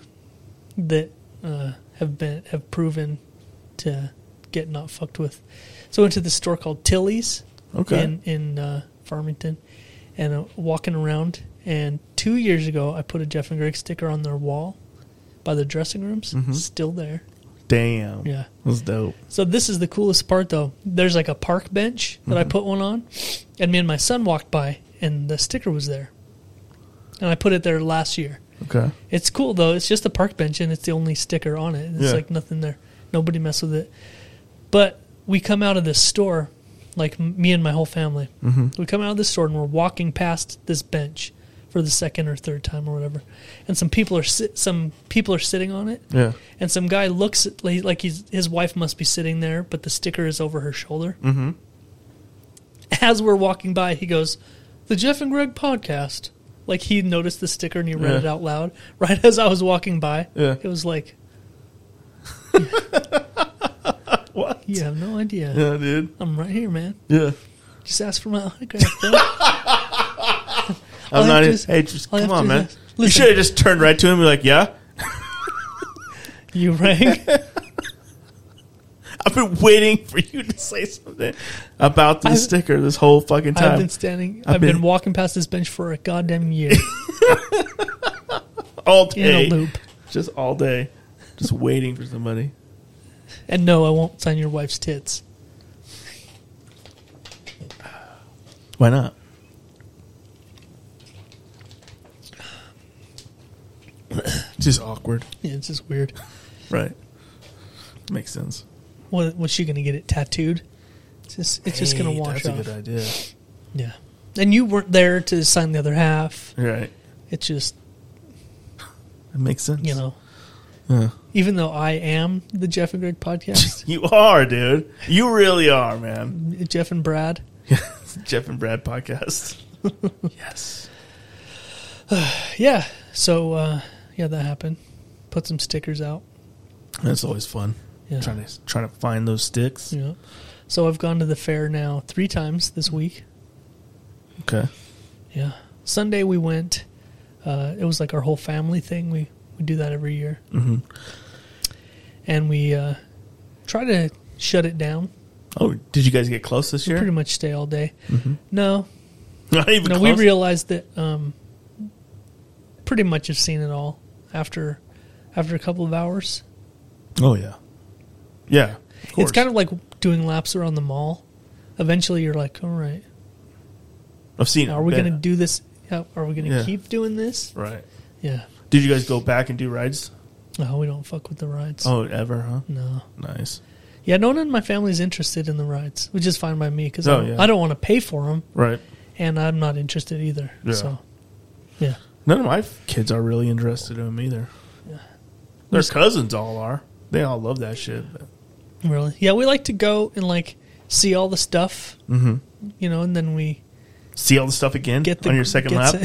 S2: that uh, have been have proven to get not fucked with. So I went to this store called Tilly's
S3: Okay.
S2: in in uh, Farmington, and uh, walking around. And two years ago, I put a Jeff and Greg sticker on their wall by the dressing rooms. Still there.
S3: Damn.
S2: Yeah.
S3: That's dope.
S2: So this is the coolest part, though. There's like a park bench that I put one on, and me and my son walked by, and the sticker was there, and I put it there last year.
S3: Okay.
S2: It's cool though. It's just a park bench, and it's the only sticker on it. It's
S3: Yeah.
S2: like nothing there. Nobody mess with it. But we come out of this store, like m- me and my whole family. We come out of this store and we're walking past this bench for the second or third time or whatever, and some people are sit- some people are sitting on it,
S3: Yeah.
S2: and some guy looks at, like like he's, his wife must be sitting there, but the sticker is over her shoulder. Mm-hmm. As we're walking by, he goes, "The Jeff and Greg podcast." Like he noticed the sticker and he read
S3: Yeah.
S2: it out loud right as I was walking by.
S3: Yeah.
S2: It was like,
S3: What?
S2: you have no idea.
S3: Yeah, dude.
S2: I'm right here, man.
S3: Yeah.
S2: Just ask for my autograph. Bro.
S3: I'm
S2: I'll
S3: not
S2: have to
S3: even.
S2: s-
S3: Hey, just
S2: I'll
S3: come
S2: have
S3: on,
S2: to
S3: man.
S2: s-
S3: You
S2: listen.
S3: should have just turned right to him and be like, yeah,
S2: you rang.
S3: I've been waiting for you to say something about this
S2: I've-
S3: sticker this whole fucking time.
S2: I've been standing. I've,
S3: I've
S2: been,
S3: been-
S2: walking past this bench for a goddamn year
S3: all
S2: in
S3: day.
S2: a loop.
S3: Just all day. Just waiting for somebody.
S2: And no, I won't sign your wife's tits.
S3: Why not? just awkward.
S2: Yeah, it's just weird.
S3: Right. Makes sense.
S2: What was she going to get it tattooed? It's just it's just going to
S3: Hey,
S2: wash
S3: That's
S2: off.
S3: a good idea.
S2: Yeah, and you weren't there to sign the other half.
S3: Right.
S2: It's just
S3: That makes sense.
S2: you know,
S3: Yeah.
S2: even though I am the Jeff and Greg podcast,
S3: You are, dude. You really are, man.
S2: Jeff and Brad.
S3: Jeff and Brad podcast. yes.
S2: Yeah, so uh, yeah, that happened. Put some stickers out.
S3: That's always fun.
S2: Yeah.
S3: Trying to trying to find those sticks.
S2: Yeah. So I've gone to the fair now three times this week.
S3: Okay.
S2: Yeah. Sunday we went. Uh, it was like our whole family thing. We we do that every year, mm-hmm. and we uh, try to shut it down.
S3: Oh, did you guys get close this year?
S2: Pretty much stay all day.
S3: Mm-hmm.
S2: No,
S3: Not even
S2: no, we
S3: close.
S2: realized that um, pretty much have seen it all after after a couple of hours.
S3: oh yeah. Yeah. Of
S2: It's kind of like doing laps around the mall. Eventually, you're like, all right,
S3: I've seen it.
S2: are we
S3: Been-
S2: going to do this? Yeah, Are we going to
S3: Yeah.
S2: keep doing this?
S3: Right.
S2: Yeah.
S3: Did you guys go back and do rides?
S2: No, we don't fuck with the rides.
S3: Oh, ever, huh?
S2: No.
S3: Nice.
S2: Yeah, no one in my family is interested in the rides, which is fine by me because
S3: Oh,
S2: I don't,
S3: yeah.
S2: want to pay for them,
S3: Right.
S2: and I'm not interested either.
S3: Yeah.
S2: So, yeah,
S3: None of my f- kids are really interested in them either. Their cousins all are. They all love that shit. but-
S2: really, yeah, we like to go and like see all the stuff, mm-hmm. you know, and then we
S3: See all the stuff again
S2: get the
S3: on your second
S2: get
S3: lap.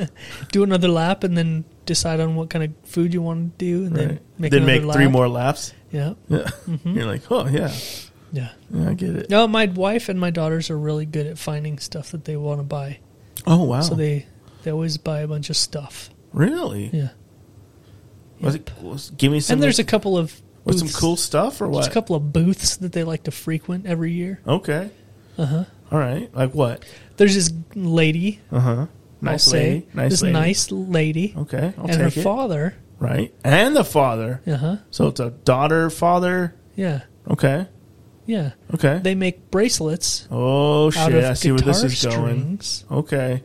S2: s- do another lap, and then decide on what kind of food you want to do, and then
S3: Right.
S2: make
S3: then
S2: another
S3: make
S2: lap.
S3: three more laps.
S2: Yeah,
S3: Yeah.
S2: Mm-hmm.
S3: You're like, oh yeah,
S2: yeah.
S3: yeah, I get it.
S2: No, my wife and my daughters are really good at finding stuff that they want to buy,
S3: Oh wow,
S2: so they they always buy a bunch of stuff.
S3: really?
S2: Yeah,
S3: Was it, was, give me some.
S2: and there's a couple of
S3: was some
S2: booths.
S3: cool stuff or
S2: There's
S3: what?
S2: a couple of booths that they like to frequent every year.
S3: okay. Uh huh. All right. Like what?
S2: There's this lady,
S3: Uh huh. Nice
S2: I'll
S3: lady.
S2: say,
S3: Nice
S2: this
S3: lady.
S2: nice lady,
S3: Okay, I'll
S2: and her
S3: take it.
S2: father.
S3: right, and the father.
S2: Uh huh.
S3: So it's a daughter, father.
S2: Yeah,
S3: Okay.
S2: yeah.
S3: Okay.
S2: They make bracelets
S3: oh
S2: out
S3: shit!
S2: of
S3: I see where
S2: guitar
S3: this is going.
S2: strings,
S3: Okay.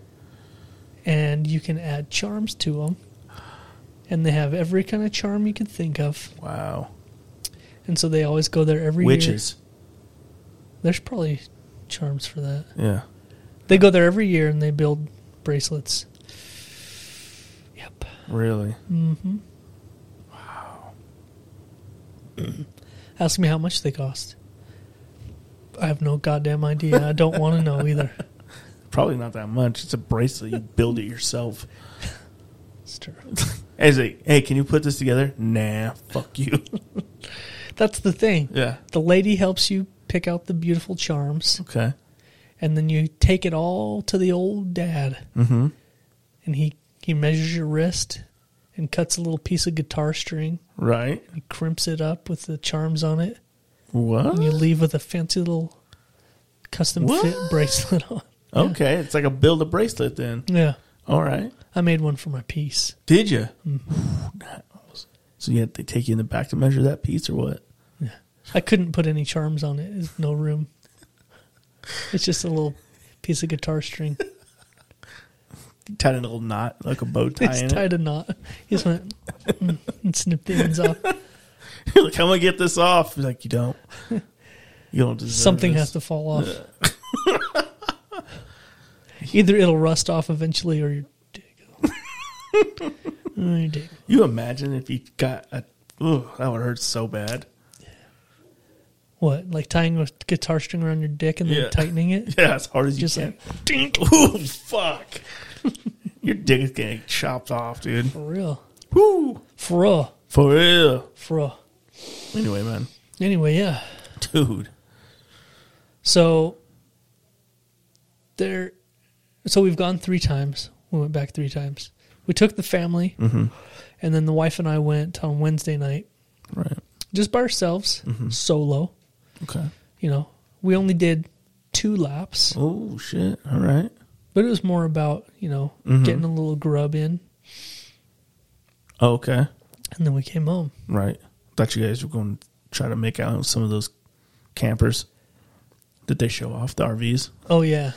S2: and you can add charms to them. And they have every kind of charm you could think of,
S3: Wow.
S2: and so they always go there every year.
S3: Witches.
S2: There's probably charms for that.
S3: Yeah.
S2: They go there every year and they build bracelets. Yep.
S3: Really?
S2: Ask me how much they cost. I have no goddamn idea. I don't want to know either.
S3: Probably not that much. It's a bracelet. You build it yourself.
S2: It's true.
S3: As like, hey, can you put this together? Nah, fuck you.
S2: That's the thing.
S3: yeah.
S2: The lady helps you pick out the beautiful charms,
S3: Okay.
S2: and then you take it all to the old dad,
S3: Mm-hmm.
S2: and he he measures your wrist and cuts a little piece of guitar string
S3: Right.
S2: and crimps it up with the charms on it,
S3: What?
S2: and you leave with a fancy little custom fit
S3: What?
S2: bracelet on.
S3: Okay, it's like a build a bracelet then.
S2: Yeah,
S3: All right.
S2: I made one for my piece.
S3: Did you?
S2: Mm-hmm.
S3: So you had they take you in the back to measure that piece or what?
S2: I couldn't put any charms on it. There's no room. It's just a little piece of guitar string.
S3: You tied a little knot like a bow tie
S2: It's
S3: in
S2: tied a knot. He just went mm, and snipped the ends off.
S3: it. like I'm gonna get this off. He's like you don't. You don't deserve
S2: Something
S3: this.
S2: has to fall off. Either it'll rust off eventually, or your dick. will- Oh, your dick.
S3: You imagine if he got a. Ooh, that would hurt so bad.
S2: What? Like tying a guitar string around your dick and then
S3: Yeah.
S2: tightening it?
S3: Yeah, as hard as you
S2: Just
S3: can.
S2: like
S3: Ooh, fuck. Your dick is getting chopped off, dude.
S2: for real,
S3: Woo.
S2: for real,
S3: For real.
S2: for real.
S3: Anyway, man,
S2: Anyway, yeah.
S3: dude.
S2: So there so we've gone three times. We went back three times. We took the family and then the wife and I went on Wednesday night
S3: Right.
S2: just by ourselves, solo.
S3: Okay.
S2: You know, we only did two laps,
S3: Oh shit! All right.
S2: but it was more about, you know, getting a little grub in
S3: Oh, Okay.
S2: and then we came home.
S3: Right. Thought you guys were going to try to make out with some of those campers. Did they show off the RVs?
S2: Oh yeah,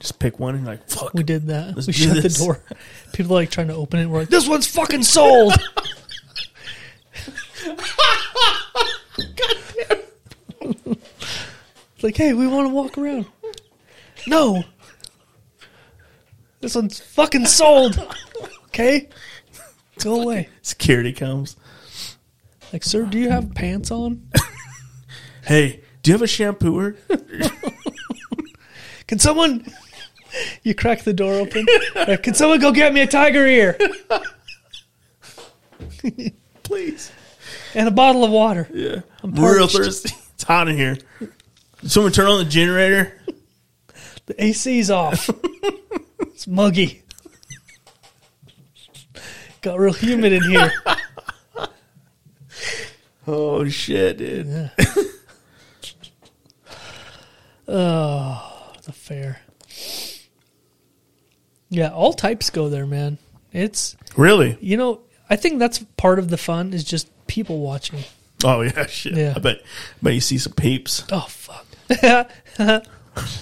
S3: Just pick one and you're like fuck.
S2: we did that.
S3: Let's
S2: we
S3: do
S2: shut
S3: this.
S2: the door. People are like trying to open it. We're like, this one's fucking sold. It's like, hey, we want to walk around. No. This one's fucking sold. Okay? Go away.
S3: Security comes.
S2: Like, sir, do you have pants on?
S3: Hey, do you have a shampooer?
S2: Can someone. You crack the door open. Like, Can someone go get me a tiger ear
S3: Please.
S2: and a bottle of water?
S3: Yeah.
S2: I'm
S3: Real
S2: parched.
S3: thirsty. It's hot in here. Someone turn on the generator.
S2: The AC's off. it's muggy. Got real humid in here.
S3: Oh shit, dude.
S2: That's a fair. Yeah, all types go there, man. It's
S3: Really?
S2: you know, I think that's part of the fun is just people watching.
S3: Oh yeah, shit.
S2: Yeah.
S3: I bet bet you see some peeps.
S2: Oh fuck.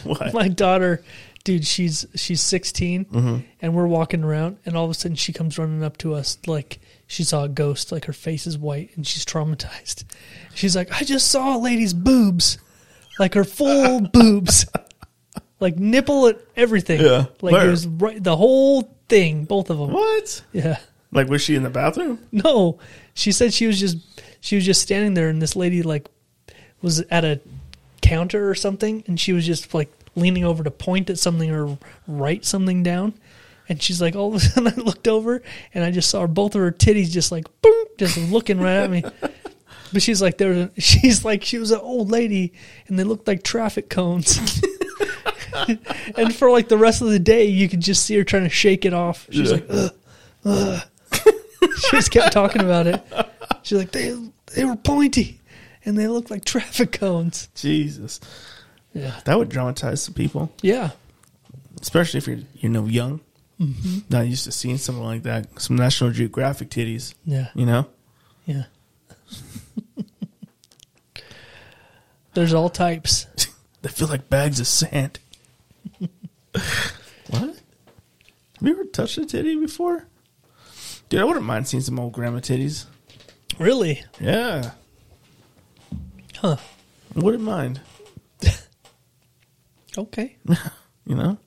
S3: What?
S2: My daughter, dude, she's she's 16
S3: Mm-hmm.
S2: and we're walking around and all of a sudden she comes running up to us like she saw a ghost, like her face is white and she's traumatized. She's like, "I just saw a lady's boobs." Like her full boobs. Like nipple and everything.
S3: Yeah.
S2: Like
S3: Where?
S2: it was right, the whole thing, both of them.
S3: What?
S2: Yeah.
S3: Like was she in the bathroom?
S2: No, she said she was just she was just standing there, and this lady like was at a counter or something, and she was just like leaning over to point at something or write something down, and she's like, all of a sudden I looked over and I just saw her, both of her titties just like boom, just looking right at me. But she's like there. was a- She's like she was an old lady, and they looked like traffic cones. and for like the rest of the day, you could just see her trying to shake it off. She's
S3: Yeah.
S2: like, ugh, ugh. she just kept talking about it. She's like they they were pointy, and they looked like traffic cones.
S3: Jesus.
S2: Yeah,
S3: That would traumatize some people.
S2: yeah,
S3: especially if you're you know young, not used to seeing something like that. Some National Geographic titties,
S2: yeah,
S3: you know.
S2: yeah. There's all types.
S3: They feel like bags of sand. what? Have you ever touched a titty before? Dude, I wouldn't mind seeing some old grandma titties.
S2: Really?
S3: Yeah,
S2: Huh.
S3: wouldn't mind.
S2: Okay.
S3: You know?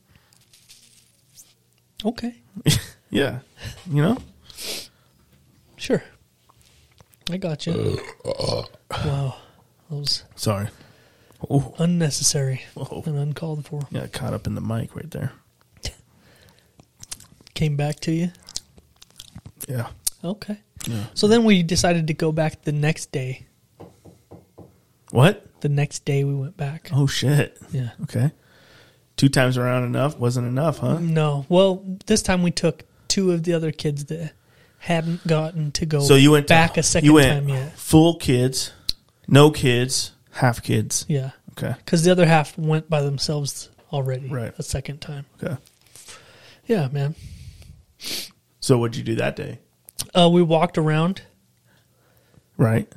S2: Okay.
S3: Yeah. You know?
S2: Sure. I got you. wow. That was
S3: Sorry. Oh,
S2: unnecessary
S3: Whoa.
S2: and uncalled for.
S3: got caught up in the mic right there.
S2: Came back to you.
S3: Yeah.
S2: Okay. So then we decided to go back the next day.
S3: What?
S2: The next day we went back.
S3: Oh shit.
S2: Yeah.
S3: Okay. Two times around enough wasn't enough, huh?
S2: No. Well, this time we took two of the other kids that hadn't gotten to go
S3: So you went to-
S2: back a second
S3: you went
S2: time yet.
S3: Full kids, no kids, half kids.
S2: Yeah.
S3: Okay.
S2: Because the other half went by themselves already
S3: Right.
S2: a second time.
S3: Okay.
S2: Yeah, man.
S3: So what'd you do that day?
S2: Uh, we walked around
S3: Right.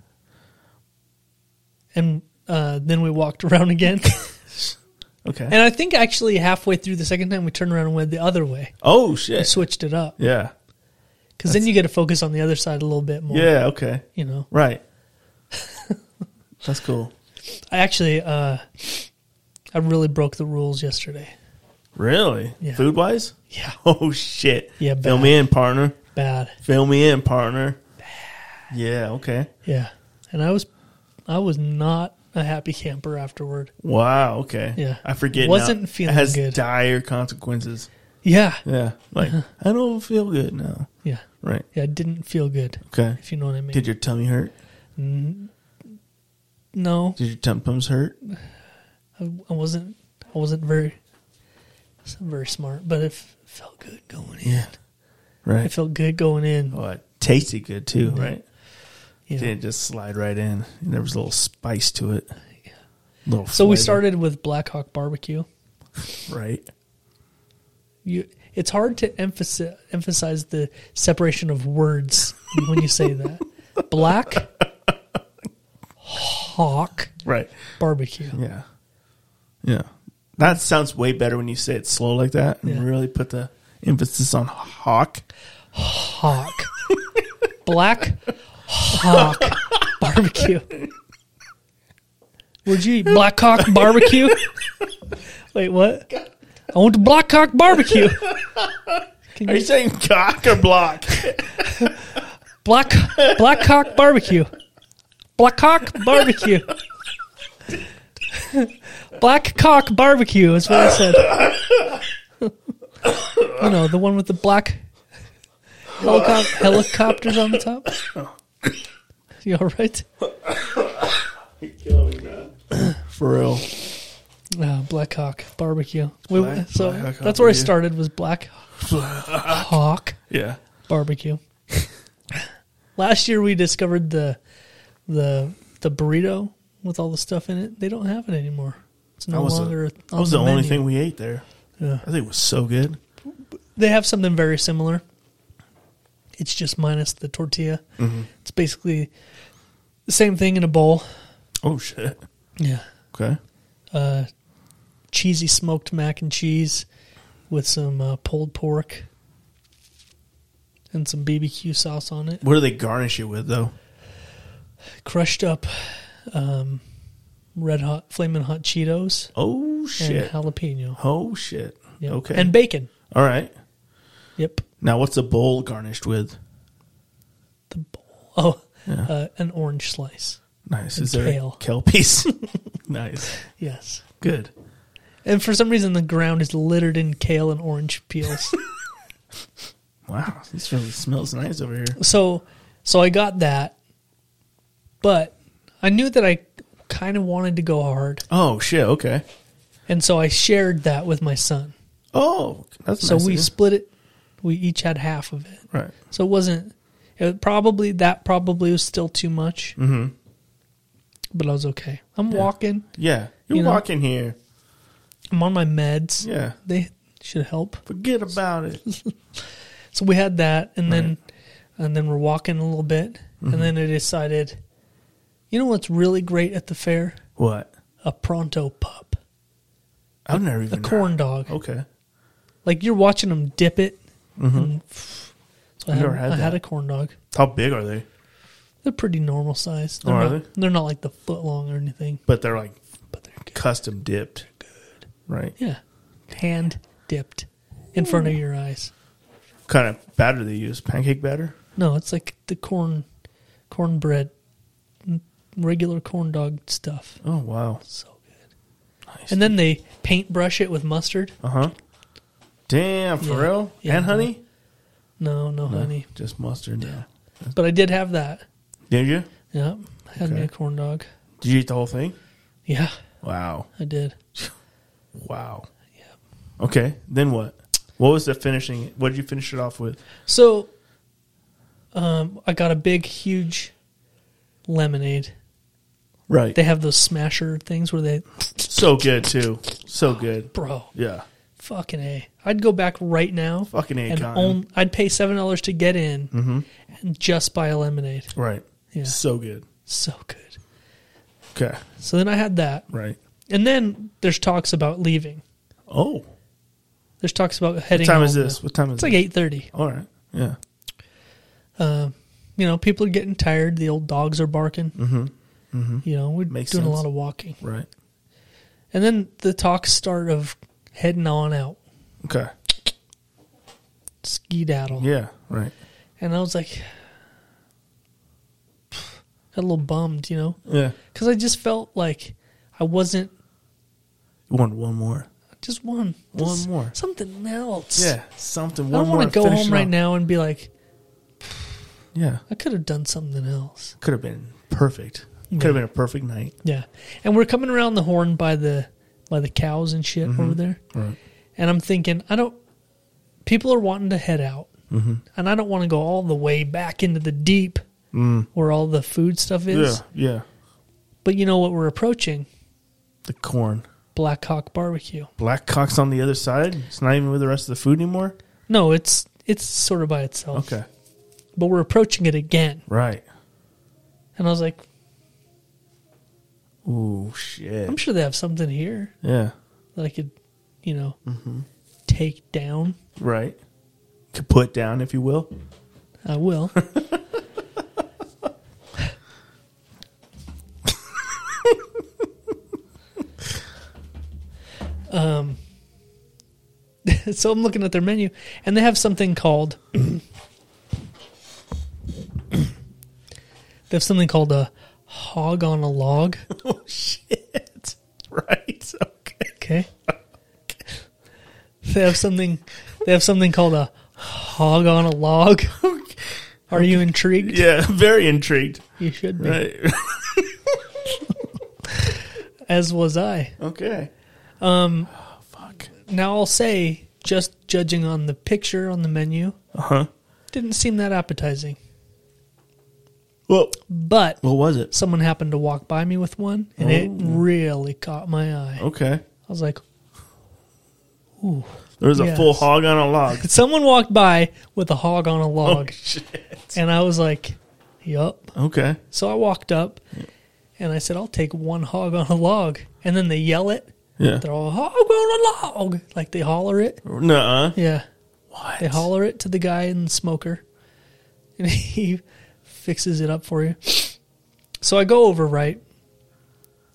S2: and uh, then we walked around again.
S3: Okay.
S2: and I think actually halfway through the second time we turned around and went the other way.
S3: oh
S2: We
S3: shit.
S2: switched it up
S3: Yeah.
S2: because then you get to focus on the other side a little bit more.
S3: Yeah. Okay.
S2: You know,
S3: Right. That's cool.
S2: I actually uh, I really broke the rules yesterday.
S3: Really?
S2: Yeah.
S3: Food wise?
S2: Yeah,
S3: Oh shit.
S2: Yeah,
S3: Fill
S2: bad.
S3: me in, partner.
S2: bad.
S3: Fill me in, partner. Yeah. Okay.
S2: Yeah, and I was I was not a happy camper afterward.
S3: Wow. Okay.
S2: Yeah.
S3: I forget.
S2: Wasn't
S3: now.
S2: feeling
S3: it has
S2: good.
S3: dire consequences.
S2: Yeah,
S3: Yeah. Like I don't feel good now.
S2: yeah,
S3: Right.
S2: yeah. It didn't feel good.
S3: Okay.
S2: If you know what I mean.
S3: Did your tummy hurt?
S2: no,
S3: Did your tum tums hurt?
S2: I, I wasn't. I wasn't very. I wasn't very smart, but it f- felt good going in.
S3: Right.
S2: It felt good going in.
S3: oh, it tasted good too. Right.
S2: you know.
S3: Didn't just slide right in. And there was a little spice to it. Little
S2: So we
S3: flavor.
S2: started with Black Hawk Barbecue.
S3: right.
S2: You, it's hard to emphasize emphasize the separation of words when you say that. Black Hawk
S3: Right.
S2: Barbecue.
S3: Yeah. Yeah. That sounds way better when you say it slow like that and
S2: Yeah.
S3: really put the emphasis on hawk.
S2: Hawk. Black Hawk Barbecue. Would you eat Black Hawk Barbecue? Wait, what? I want the Black Hawk Barbecue. Can
S3: Are you saying cock or block?
S2: Black Black Hawk Barbecue. Black Hawk Barbecue. Black Cock Barbecue is what I said. you know, the one with the black helicop- helicopters on the top. You all right?
S3: For real.
S2: Uh, Black Hawk Barbecue. We,
S3: Black-
S2: so
S3: Black Hawk
S2: that's where
S3: Barbecue.
S2: I started was Black Hawk
S3: Yeah.
S2: Barbecue. Last year we discovered the the the burrito with all the stuff in it. They don't have it anymore. It's
S3: That
S2: no
S3: was,
S2: longer.
S3: the, that
S2: on
S3: was the, only
S2: menu.
S3: thing we ate there.
S2: Yeah.
S3: I think it was so good.
S2: They have something very similar. It's just minus the tortilla.
S3: Mm-hmm.
S2: It's basically the same thing in a bowl.
S3: Oh shit.
S2: Yeah,
S3: Okay.
S2: uh, cheesy smoked mac and cheese with some uh, pulled pork and some BBQ sauce on it.
S3: What do they garnish it with though?
S2: crushed up um, red hot flaming hot Cheetos
S3: Oh shit.
S2: and jalapeno.
S3: oh shit.
S2: Yep.
S3: Okay.
S2: And bacon.
S3: All right.
S2: Yep.
S3: Now what's the bowl garnished with?
S2: The bowl. Oh, uh, an orange slice.
S3: Nice.
S2: And
S3: Is there
S2: kale.
S3: a kale piece? nice.
S2: Yes.
S3: Good.
S2: And for some reason, the ground is littered in kale and orange peels.
S3: Wow. This really smells nice over here.
S2: so, so I got that, but I knew that I kind of wanted to go hard,
S3: Oh shit. Okay.
S2: and so I shared that with my son.
S3: Oh, that's
S2: So
S3: nice
S2: we
S3: of you.
S2: split it. We each had half of it.
S3: right.
S2: So it wasn't. It probably that probably was still too much. Mm-hmm. But I was okay. I'm walking.
S3: Yeah. You're
S2: You know?
S3: walking here.
S2: I'm on my meds.
S3: Yeah.
S2: They should help.
S3: Forget about it.
S2: So we had that, and then and then we're walking a little bit,
S3: Mm-hmm.
S2: and then I decided, you know what's really great at the fair?
S3: what?
S2: A pronto pup,
S3: I've never
S2: a
S3: even
S2: corn dog.
S3: Okay.
S2: Like you're watching them dip it. and pff. so I,
S3: I've
S2: had,
S3: Mm-hmm. never had
S2: I had
S3: that.
S2: a corn dog.
S3: How big are they?
S2: They're pretty normal size. They're
S3: Oh, are
S2: not,
S3: they?
S2: They're not like the foot long or anything,
S3: But they're like
S2: but they're good.
S3: custom dipped. right?
S2: Yeah. Hand dipped in front of your eyes.
S3: What kind of batter they use? Pancake batter?
S2: No, it's like the corn, cornbread, n- regular corn dog stuff.
S3: Oh wow,
S2: So good.
S3: nice.
S2: And then they paintbrush it with mustard.
S3: uh huh. Damn, for
S2: Uh-huh. Yeah.
S3: real?
S2: Yeah.
S3: and honey?
S2: No, no,
S3: No,
S2: honey.
S3: just mustard. Yeah.
S2: But I did have that.
S3: Did you?
S2: Yeah, I had me
S3: Okay.
S2: a corn dog.
S3: Did you eat the whole thing?
S2: Yeah,
S3: Wow,
S2: I did.
S3: wow. Okay, then what? What was the finishing? What did you finish it off with?
S2: So, um, I got a big, huge lemonade.
S3: Right.
S2: They have those smasher things where they,
S3: So good too. So good.
S2: bro,
S3: Yeah.
S2: fucking a. I'd go back right now.
S3: Fucking A,
S2: and
S3: Cotton. Mm-hmm.
S2: own, I'd pay seven dollars to get in, and just buy a lemonade.
S3: Right.
S2: Yeah.
S3: So good.
S2: So good.
S3: Okay.
S2: So then I had that,
S3: Right.
S2: and then there's talks about leaving.
S3: Oh.
S2: There's talks about heading.
S3: What time is
S2: home
S3: this?
S2: now.
S3: What time is
S2: It's
S3: this?
S2: like eight thirty. Um,
S3: All right. Yeah.
S2: you know, people are getting tired. The old dogs are barking. Mm-hmm. Mm-hmm. You know, we're
S3: Makes
S2: doing a
S3: sense.
S2: lot of walking.
S3: Right.
S2: And then the talks start of heading on out,
S3: Okay.
S2: skedaddle.
S3: Yeah. Right.
S2: And I was like, got a little bummed, you know,
S3: Yeah.
S2: because I just felt like I wasn't,
S3: One. One more.
S2: I just one.
S3: One
S2: just
S3: more.
S2: Something else.
S3: Yeah. Something.
S2: I
S3: One
S2: don't
S3: more.
S2: want to go
S3: finish
S2: home
S3: it
S2: right
S3: off.
S2: now and be like,
S3: Yeah.
S2: I could have done something else.
S3: Could have been perfect. Could have been a perfect night.
S2: Yeah. And we're coming around the horn by the by the cows and shit over there.
S3: Mm-hmm. Right.
S2: and I'm thinking, I don't. People are wanting to head out,
S3: Mm-hmm.
S2: and I don't want to go all the way back into the deep where all the food stuff
S3: Mm. Yeah.
S2: is.
S3: Yeah.
S2: But you know what? We're approaching
S3: The corn.
S2: Black Hawk Barbecue.
S3: Black cock's on the other side. It's not even with the rest of the food anymore.
S2: No, it's it's sort of by itself.
S3: Okay.
S2: But we're approaching it again,
S3: Right.
S2: and I was like,
S3: Ooh shit.
S2: I'm sure they have something here
S3: Yeah.
S2: that I could, you know, take down.
S3: Right. Could put down if you will.
S2: I will. um, so I'm looking at their menu, and they have something called they have something called a hog on a log.
S3: Oh shit! Right. Okay.
S2: Okay, they have something. They have something called a hog on a log. Are you intrigued?
S3: Yeah. Very intrigued.
S2: You should be.
S3: Right.
S2: as was I.
S3: okay. Um. fuck.
S2: Now I'll say, just judging on the picture on the menu,
S3: Uh huh.
S2: didn't seem that appetizing.
S3: Well,
S2: But
S3: what was it?
S2: someone happened to walk by me with one, and it
S3: Oh.
S2: really caught my eye.
S3: Okay.
S2: I was like,
S3: There was a
S2: Yes.
S3: full hog on a log.
S2: someone walked by with a hog on a log,
S3: Oh, shit.
S2: and I was like, yup.
S3: Okay.
S2: So I walked up, and I said, I'll take one hog on a log, and then they yell it.
S3: Yeah.
S2: They're all hog on a log, like they holler it.
S3: Nuh-uh.
S2: Yeah.
S3: What?
S2: They holler it to the guy in the smoker, and he fixes it up for you. So I go over right.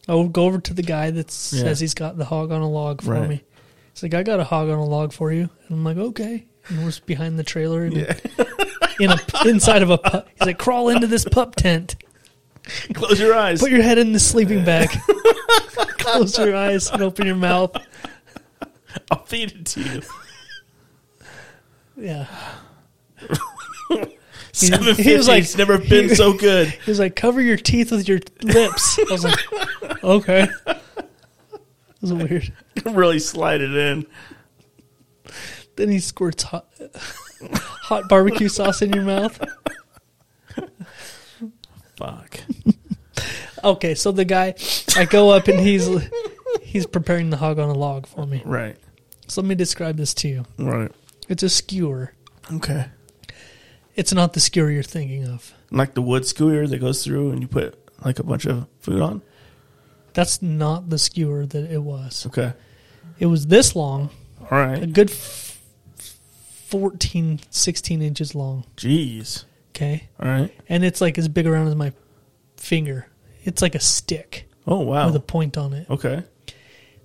S2: I will go over to the guy that says
S3: Yeah.
S2: he's got the hog on a log for
S3: Right.
S2: me. He's like, "I got a hog on a log for you," and I'm like, "Okay." And we're just behind the trailer and in a inside of a pup. He's like, "Crawl into this pup tent.
S3: Close your eyes.
S2: Put your head in the sleeping bag. Close your eyes and open your mouth."
S3: I'll feed it to you.
S2: Yeah.
S3: Seven
S2: he was like-
S3: it's never been
S2: he-
S3: so good.
S2: He was like, cover your teeth with your lips. I was like, okay. It was weird.
S3: really slide it in.
S2: Then he squirts hot, hot barbecue sauce in your mouth.
S3: Fuck.
S2: Okay, so the guy, I go up and he's he's preparing the hog on a log for me.
S3: Right.
S2: So let me describe this to you.
S3: Right.
S2: It's a skewer.
S3: Okay.
S2: It's not the skewer you're thinking of.
S3: Like the wood skewer that goes through and you put like a bunch of food on.
S2: That's not the skewer that it was.
S3: Okay.
S2: It was this long,
S3: All
S2: a
S3: right.
S2: good f- 14, 16 inches long.
S3: Jeez.
S2: Okay.
S3: All right.
S2: and it's like as big around as my finger. It's like a stick
S3: Oh wow.
S2: with a point on it.
S3: okay.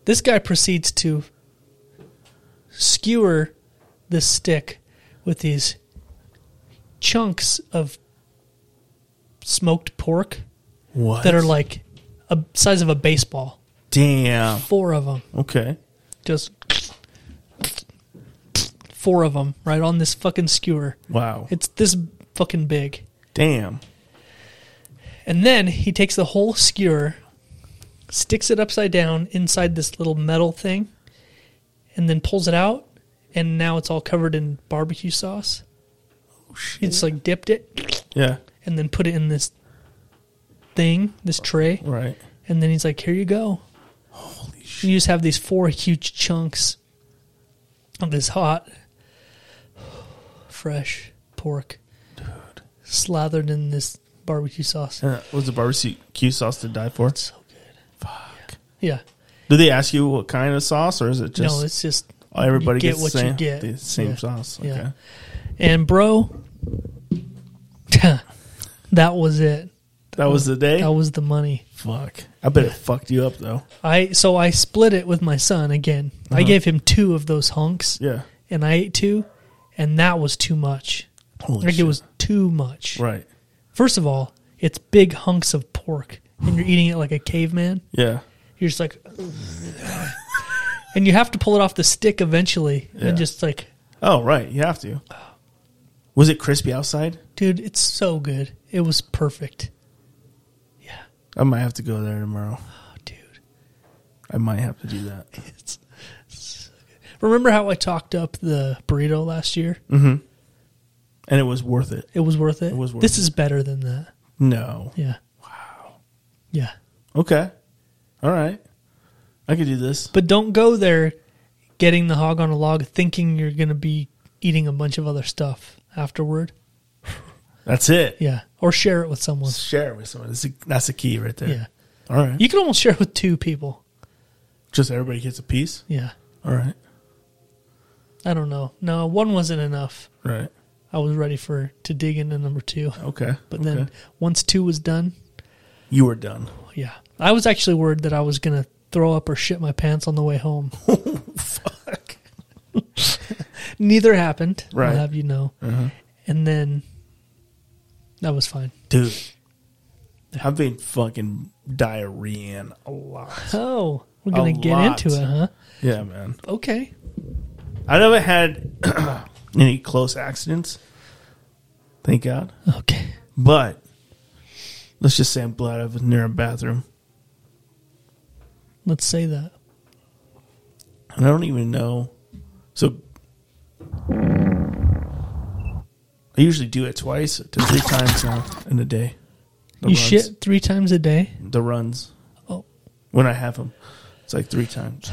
S2: This guy proceeds to skewer this stick with these chunks of smoked pork
S3: What?
S2: that are like a size of a baseball.
S3: damn.
S2: Four of them,
S3: Okay.
S2: just four of them, right on this fucking skewer.
S3: Wow.
S2: It's this fucking big.
S3: damn.
S2: And then he takes the whole skewer, sticks it upside down inside this little metal thing, and then pulls it out. And now it's all covered in barbecue sauce. It's like dipped it
S3: Yeah.
S2: and then put it in this thing, this tray.
S3: Right.
S2: And then he's like, here you go. Holy shit. You just have these four huge chunks of this hot, fresh pork slathered in this barbecue sauce.
S3: Uh, was the barbecue sauce to die for?
S2: So good. Fuck. Yeah.
S3: Do they ask you what kind of sauce, or is it just
S2: no, it's just
S3: oh, everybody
S2: you get
S3: gets the
S2: what you
S3: same,
S2: get.
S3: The same
S2: Yeah.
S3: sauce? Okay.
S2: Yeah. and bro, that was it.
S3: That was the day.
S2: That was the money.
S3: Fuck. I bet it fucked you up though.
S2: I so I split it with my son again.
S3: Uh-huh.
S2: I gave him two of those hunks,
S3: Yeah.
S2: and I ate two, and that was too much.
S3: Holy
S2: like
S3: shit.
S2: it was too much.
S3: right.
S2: First of all, it's big hunks of pork, and you're eating it like a caveman.
S3: Yeah.
S2: You're just like, and you have to pull it off the stick eventually,
S3: Yeah.
S2: and just like,
S3: Oh right. You have to. Was it crispy outside?
S2: dude, it's so good. It was perfect.
S3: I might have to go there tomorrow.
S2: Oh, dude.
S3: I might have to do that.
S2: It's, it's so good. Remember how I talked up the burrito last year?
S3: And it was worth it.
S2: It was worth it.
S3: Mm. It was worth
S2: this
S3: it.
S2: is better than that.
S3: No.
S2: Yeah. Wow. Yeah.
S3: Okay. All right. I could do this.
S2: But don't go there getting the hog on a log thinking you're going to be eating a bunch of other stuff afterward.
S3: That's it.
S2: Yeah. Or share it with someone.
S3: Share it with someone. That's a, that's a key right there.
S2: Yeah.
S3: All right.
S2: You can almost share it with two people.
S3: Just everybody gets a piece.
S2: Yeah.
S3: All right.
S2: I don't know. No, one wasn't enough.
S3: Right.
S2: I was ready for to dig into number two.
S3: Okay.
S2: But
S3: Okay.
S2: then once two was done,
S3: you were done.
S2: Yeah. I was actually worried that I was going to throw up or shit my pants on the way home. Fuck. Neither happened.
S3: Right. Uh-huh.
S2: I'll have you know. And then that was fine.
S3: Dude. I've been fucking diarrheaing a lot.
S2: Oh, we're
S3: A
S2: going to get
S3: lot.
S2: into it, huh?
S3: Yeah, man.
S2: Okay.
S3: I never had any close accidents. Thank God.
S2: Okay.
S3: But let's just say I'm glad I was near a bathroom.
S2: Let's say that.
S3: And I don't even know. So I usually do it twice to three times now in a day. The
S2: you
S3: runs.
S2: shit three times a day?
S3: the runs
S2: Oh,
S3: when I have them. It's like three times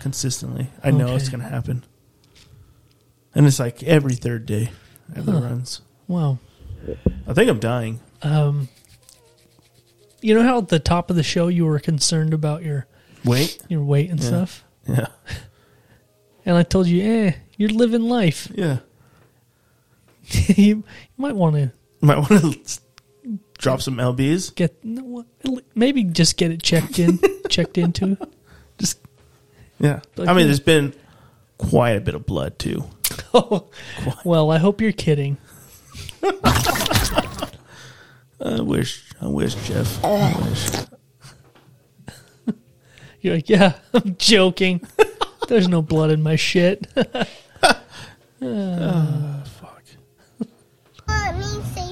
S3: consistently. I know it's
S2: Okay.
S3: gonna happen, and it's like every third day I have the runs.
S2: wow.
S3: I think I'm dying.
S2: You know how at the top of the show you were concerned about your,
S3: Wait,
S2: your weight and stuff?
S3: yeah,
S2: And I told you, eh, you're living life.
S3: yeah.
S2: you, you might want to
S3: Might want to drop some lbs.
S2: get no, what- maybe just get it checked in checked into
S3: Just yeah.
S2: Like,
S3: I
S2: yeah.
S3: mean, there's been quite a bit of blood too.
S2: oh well i hope you're kidding
S3: I wish. I wish, Jeff. I wish.
S2: you're like yeah i'm joking there's no blood in my shit
S3: Fuck.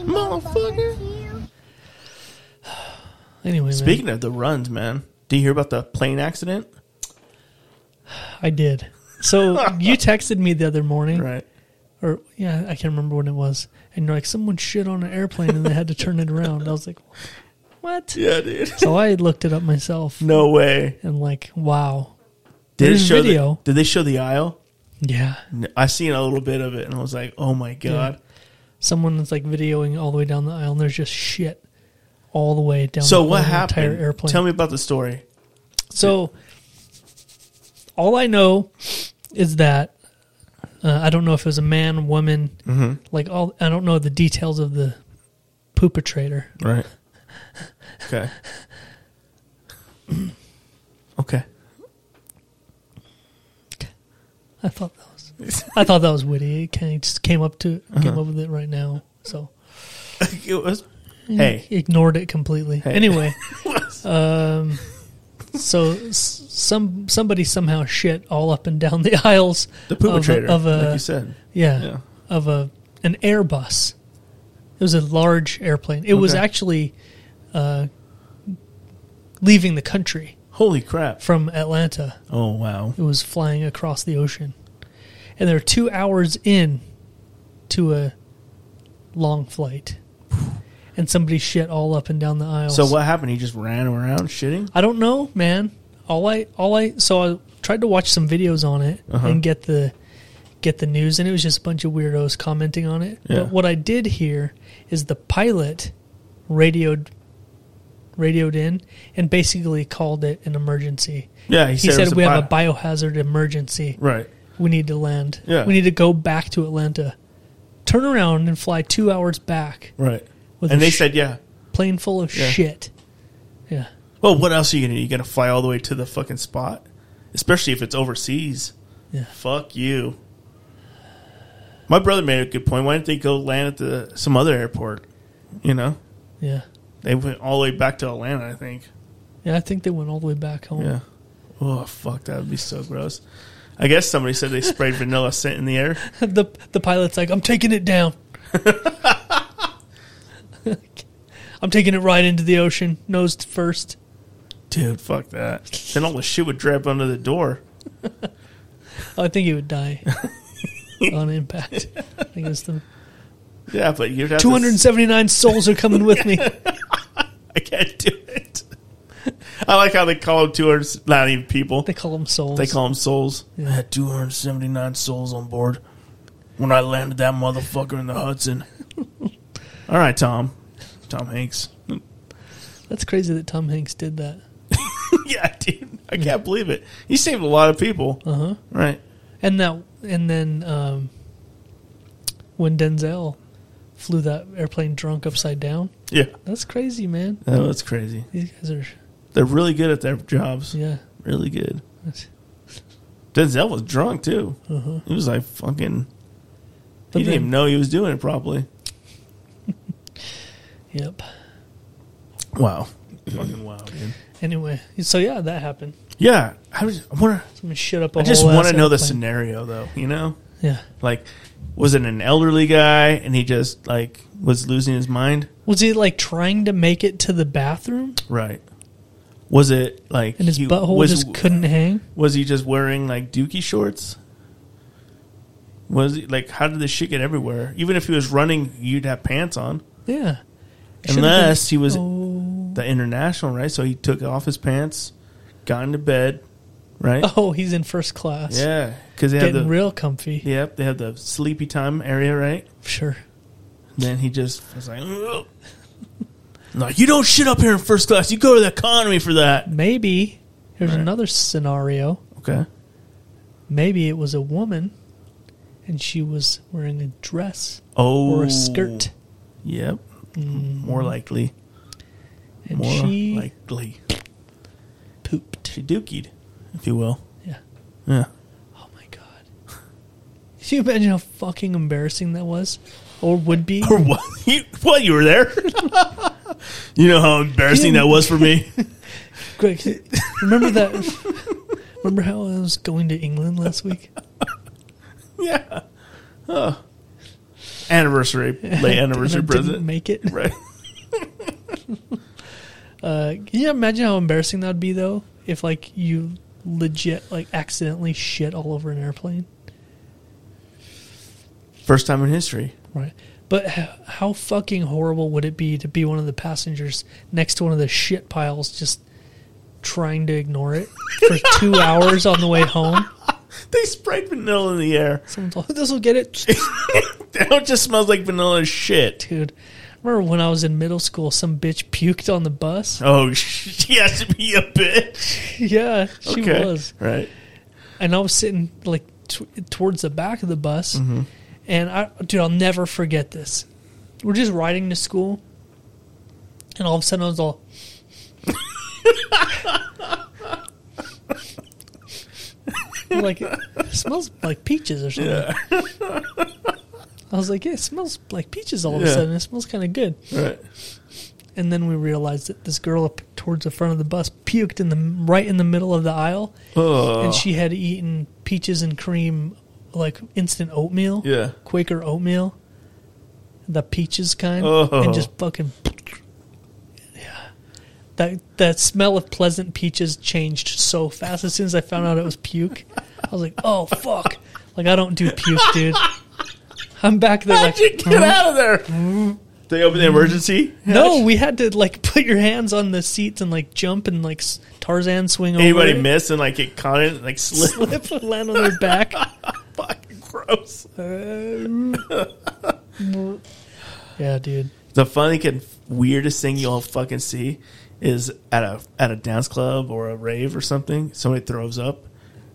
S4: Motherfucker.
S2: anyway man,
S3: Speaking of the runs, man, do you hear about the plane accident?
S2: i did so you texted me the other morning
S3: Right.
S2: or yeah i can't remember when it was and you're like someone shit on an airplane and they had to turn it around i was like what
S3: Yeah, dude.
S2: so i looked it up myself
S3: No way.
S2: and like wow
S3: Did it
S2: There's
S3: show
S2: video.
S3: The, did they show the aisle?
S2: yeah
S3: N- I seen a little bit of it, and I was like, "Oh my god!"
S2: someone that's like videoing all the way down the aisle and there's just shit all the way down
S3: So
S2: the
S3: what
S2: the
S3: happened?
S2: entire airplane
S3: Tell me about the story.
S2: so all i know is that uh, i don't know if it was a man woman
S3: Mm-hmm.
S2: like all i don't know the details of the poopatrator
S3: Right. Okay. okay.
S2: I thought that was I thought that was witty. It kind of just came up to
S3: Uh-huh.
S2: came up with it right now. So
S3: it was. Hey,
S2: ignored it completely. Anyway, um, so s- some somebody somehow shit all up and down the aisles.
S3: the
S2: of a-
S3: pooper trader,
S2: of a,
S3: like you said.
S2: yeah,
S3: Yeah.
S2: of a an Airbus. It was a large airplane. It was
S3: Okay.
S2: actually uh, leaving the country
S3: Holy crap!
S2: from Atlanta.
S3: Oh wow.
S2: It was flying across the ocean, and they're two hours in to a long flight, and somebody shit all up and down the aisles.
S3: So what happened? He just ran around shitting.
S2: I don't know, man. All I all I so I tried to watch some videos on it
S3: Uh-huh.
S2: and get the get the news, and it was just a bunch of weirdos commenting on it.
S3: Yeah.
S2: But what I did hear is the pilot radioed radioed in and basically called it an emergency.
S3: Yeah, he,
S2: He
S3: said, it
S2: said
S3: was
S2: we have a
S3: bi-
S2: biohazard emergency.
S3: Right.
S2: We need to land.
S3: Yeah.
S2: We need to go back to Atlanta. Turn around and fly two hours back.
S3: Right.
S2: With
S3: and
S2: a
S3: they
S2: sh-
S3: said, yeah.
S2: Plane full of
S3: Yeah.
S2: shit. Yeah.
S3: Well, what else are you gonna do? You gonna fly all the way to the fucking spot, especially if it's overseas.
S2: Yeah.
S3: Fuck you. My brother made a good point. Why didn't they go land at the some other airport? You know,
S2: Yeah.
S3: they went all the way back to Atlanta. I think.
S2: Yeah, I think they went all the way back home.
S3: Yeah. Oh fuck, that would be so gross. I guess somebody said they sprayed vanilla scent in the air.
S2: the the pilot's like, I'm taking it down. I'm taking it right into the ocean, nose first.
S3: Dude, fuck that. Then all the shit would drip under the door.
S2: Oh, I think he would die on impact. I think it's the
S3: Yeah, but you'd have to-
S2: 279 souls are coming with me.
S3: I can't do it. I like how they call them two hundred. Not even people.
S2: They call them souls.
S3: They call them souls. I had 279 souls on board when I landed that motherfucker in the Hudson. All right, Tom. Tom Hanks.
S2: That's crazy that Tom Hanks did that.
S3: yeah, dude. I can't believe it. He saved a lot of people.
S2: Uh huh.
S3: Right.
S2: And that and then um, when Denzel flew that airplane drunk upside down,
S3: Yeah.
S2: that's crazy, man.
S3: Oh, that's crazy.
S2: These guys are
S3: They're really good at their jobs.
S2: yeah.
S3: Really good. Denzel was drunk, too.
S2: Uh-huh.
S3: He was like fucking.
S2: But
S3: he didn't
S2: then-
S3: even know he was doing it properly.
S2: Yep.
S3: Wow. fucking wow, dude.
S2: Anyway, so yeah, that happened.
S3: Yeah. I, was, I, wonder,
S2: Someone shit up a
S3: I just
S2: whole
S3: want
S2: ass
S3: to know the
S2: airplane.
S3: scenario, though, you know?
S2: Yeah.
S3: Like, was it an elderly guy and he just like was losing his mind?
S2: Was he like trying to make it to the bathroom
S3: Right. Was it like
S2: and his
S3: he
S2: butthole
S3: was,
S2: just couldn't hang?
S3: Was he just wearing like dookie shorts? Was he like how did this shit get everywhere? Even if he was running, you'd have pants on.
S2: Yeah. It should've
S3: Unless he was
S2: been- Oh.
S3: the international, right? So he took off his pants, got into bed, right?
S2: oh, oh, he's in first class.
S3: Yeah, because they have
S2: Getting
S3: the
S2: real comfy.
S3: yep, they have the sleepy time area, right?
S2: Sure.
S3: Then he just was like, "Ugh." like you don't shit up here in first class. You go to the economy for that.
S2: Maybe here's
S3: Right.
S2: another scenario.
S3: Okay.
S2: Maybe it was a woman and she was wearing a dress
S3: Oh,
S2: or a skirt. Mm.
S3: Yep. More likely.
S2: And
S3: More
S2: she
S3: likely.
S2: pooped.
S3: She dookied, if you will.
S2: Yeah.
S3: Yeah.
S2: Oh my god. Can you imagine how fucking embarrassing that was? Or would be?
S3: Or what? You, what? You were there? you know how embarrassing that was for me.
S2: Greg, remember that? remember how I was going to England last week?
S3: yeah. Huh. Anniversary, late anniversary
S2: And I Didn't
S3: present.
S2: make it.
S3: right.
S2: Uh, can you imagine how embarrassing that'd be though? If like you legit like accidentally shit all over an airplane,
S3: First time in history.
S2: right? But h- how fucking horrible would it be to be one of the passengers next to one of the shit piles, just trying to ignore it for two hours on the way home?
S3: They sprayed vanilla in the air.
S2: Someone's like, "This will get it."
S3: It just smells like vanilla shit.
S2: dude. Remember when I was in middle school, some bitch puked on the bus?
S3: Oh, she has to be a bitch.
S2: yeah, she
S3: Okay.
S2: was.
S3: Right.
S2: And I was sitting like t- towards the back of the bus,
S3: Mm-hmm.
S2: and I, dude, I'll never forget this. We're just riding to school, and all of a sudden I was all. like it smells like peaches or something.
S3: Yeah.
S2: I was like, yeah, it smells like peaches all of a
S3: Yeah.
S2: sudden. It smells kind of good.
S3: Right.
S2: And then we realized that this girl up towards the front of the bus puked in the right in the middle of the aisle,
S3: Oh.
S2: and she had eaten peaches and cream, like instant oatmeal,
S3: Yeah.
S2: Quaker oatmeal, the peaches kind,
S3: Oh.
S2: and just fucking. Yeah, that that smell of pleasant peaches changed so fast. As soon as I found out it was puke, I was like, "Oh fuck!" Like I don't do puke, dude. I'm back there like,
S3: How'd you get
S2: "Huh?"
S3: out of there? They open the emergency.
S2: No, we had to like put your hands on the seats and like jump and like s- Tarzan swing
S3: Anybody
S2: over.
S3: miss and like get caught in it, like slip?
S2: slip and land on their back.
S3: Fucking gross.
S2: yeah, dude.
S3: The funny and weirdest thing you'll fucking see is at a at a dance club or a rave or something, somebody throws up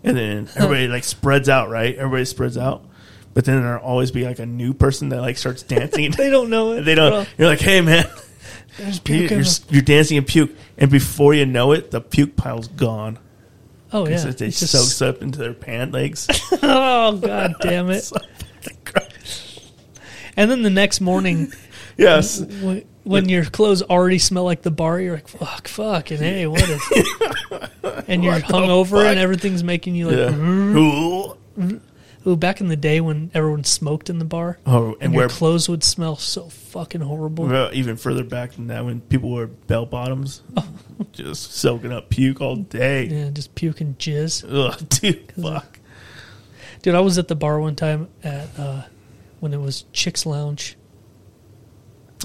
S3: and then everybody like spreads out, right? Everybody spreads out. But then there'll always be like a new person that like starts dancing.
S2: They don't know it.
S3: they don't
S2: Well,
S3: you're like, hey man,
S2: there's
S3: you-
S2: puke.
S3: you're,
S2: in
S3: s- you're dancing in puke. And before you know it, the puke pile's gone.
S2: the- oh yeah.
S3: so they
S2: It's just-
S3: soaks up into their pant legs.
S2: oh god damn it!
S3: So fucking gross.
S2: And then the next morning,
S3: yes.
S2: when, when your clothes already smell like the bar, you're like, "Fuck, fuck," and hey, what is? and you're
S3: What the
S2: hungover,
S3: fuck?
S2: and everything's making you like.
S3: Yeah. Oh, Ooh.
S2: Ooh, back in the day when everyone smoked in the bar,
S3: Oh, and
S2: and your
S3: wear
S2: clothes would smell so fucking horrible.
S3: Well, even further back than that, when people wore bell bottoms,
S2: Oh.
S3: just soaking up puke all day.
S2: Yeah, just puke and jizz.
S3: Ugh, dude, fuck.
S2: Dude, I was at the bar one time at uh, when it was Chicks Lounge,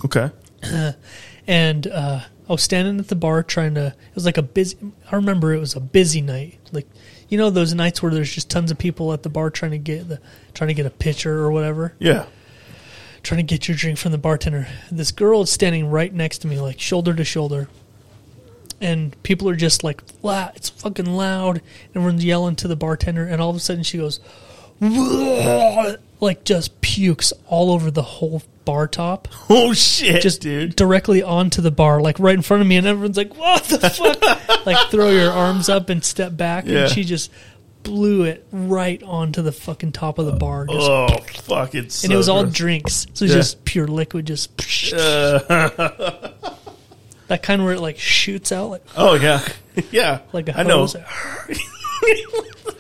S3: Okay.
S2: and uh, I was standing at the bar trying to. It was like a busy. I remember it was a busy night, like you know those nights where there's just tons of people at the bar trying to get the trying to get a pitcher or whatever,
S3: Yeah.
S2: trying to get your drink from the bartender. This girl is standing right next to me, like shoulder to shoulder. And people are just like, "Wow, it's fucking loud!" And we're yelling to the bartender, and all of a sudden she goes, "Whoa," like just pukes all over the whole bar top,
S3: Oh shit,
S2: just
S3: dude.
S2: directly onto the bar, like right in front of me, and everyone's like, "What the fuck?" like throw your arms up and step back,
S3: Yeah.
S2: and she just blew it right onto the fucking top of the bar, just
S3: Oh fuck, it's
S2: and
S3: so
S2: it was all
S3: gross.
S2: drinks. So it's
S3: Yeah.
S2: just pure liquid, just that kind where it like shoots out, like
S3: Oh yeah, yeah.
S2: like a
S3: I know.
S2: hose.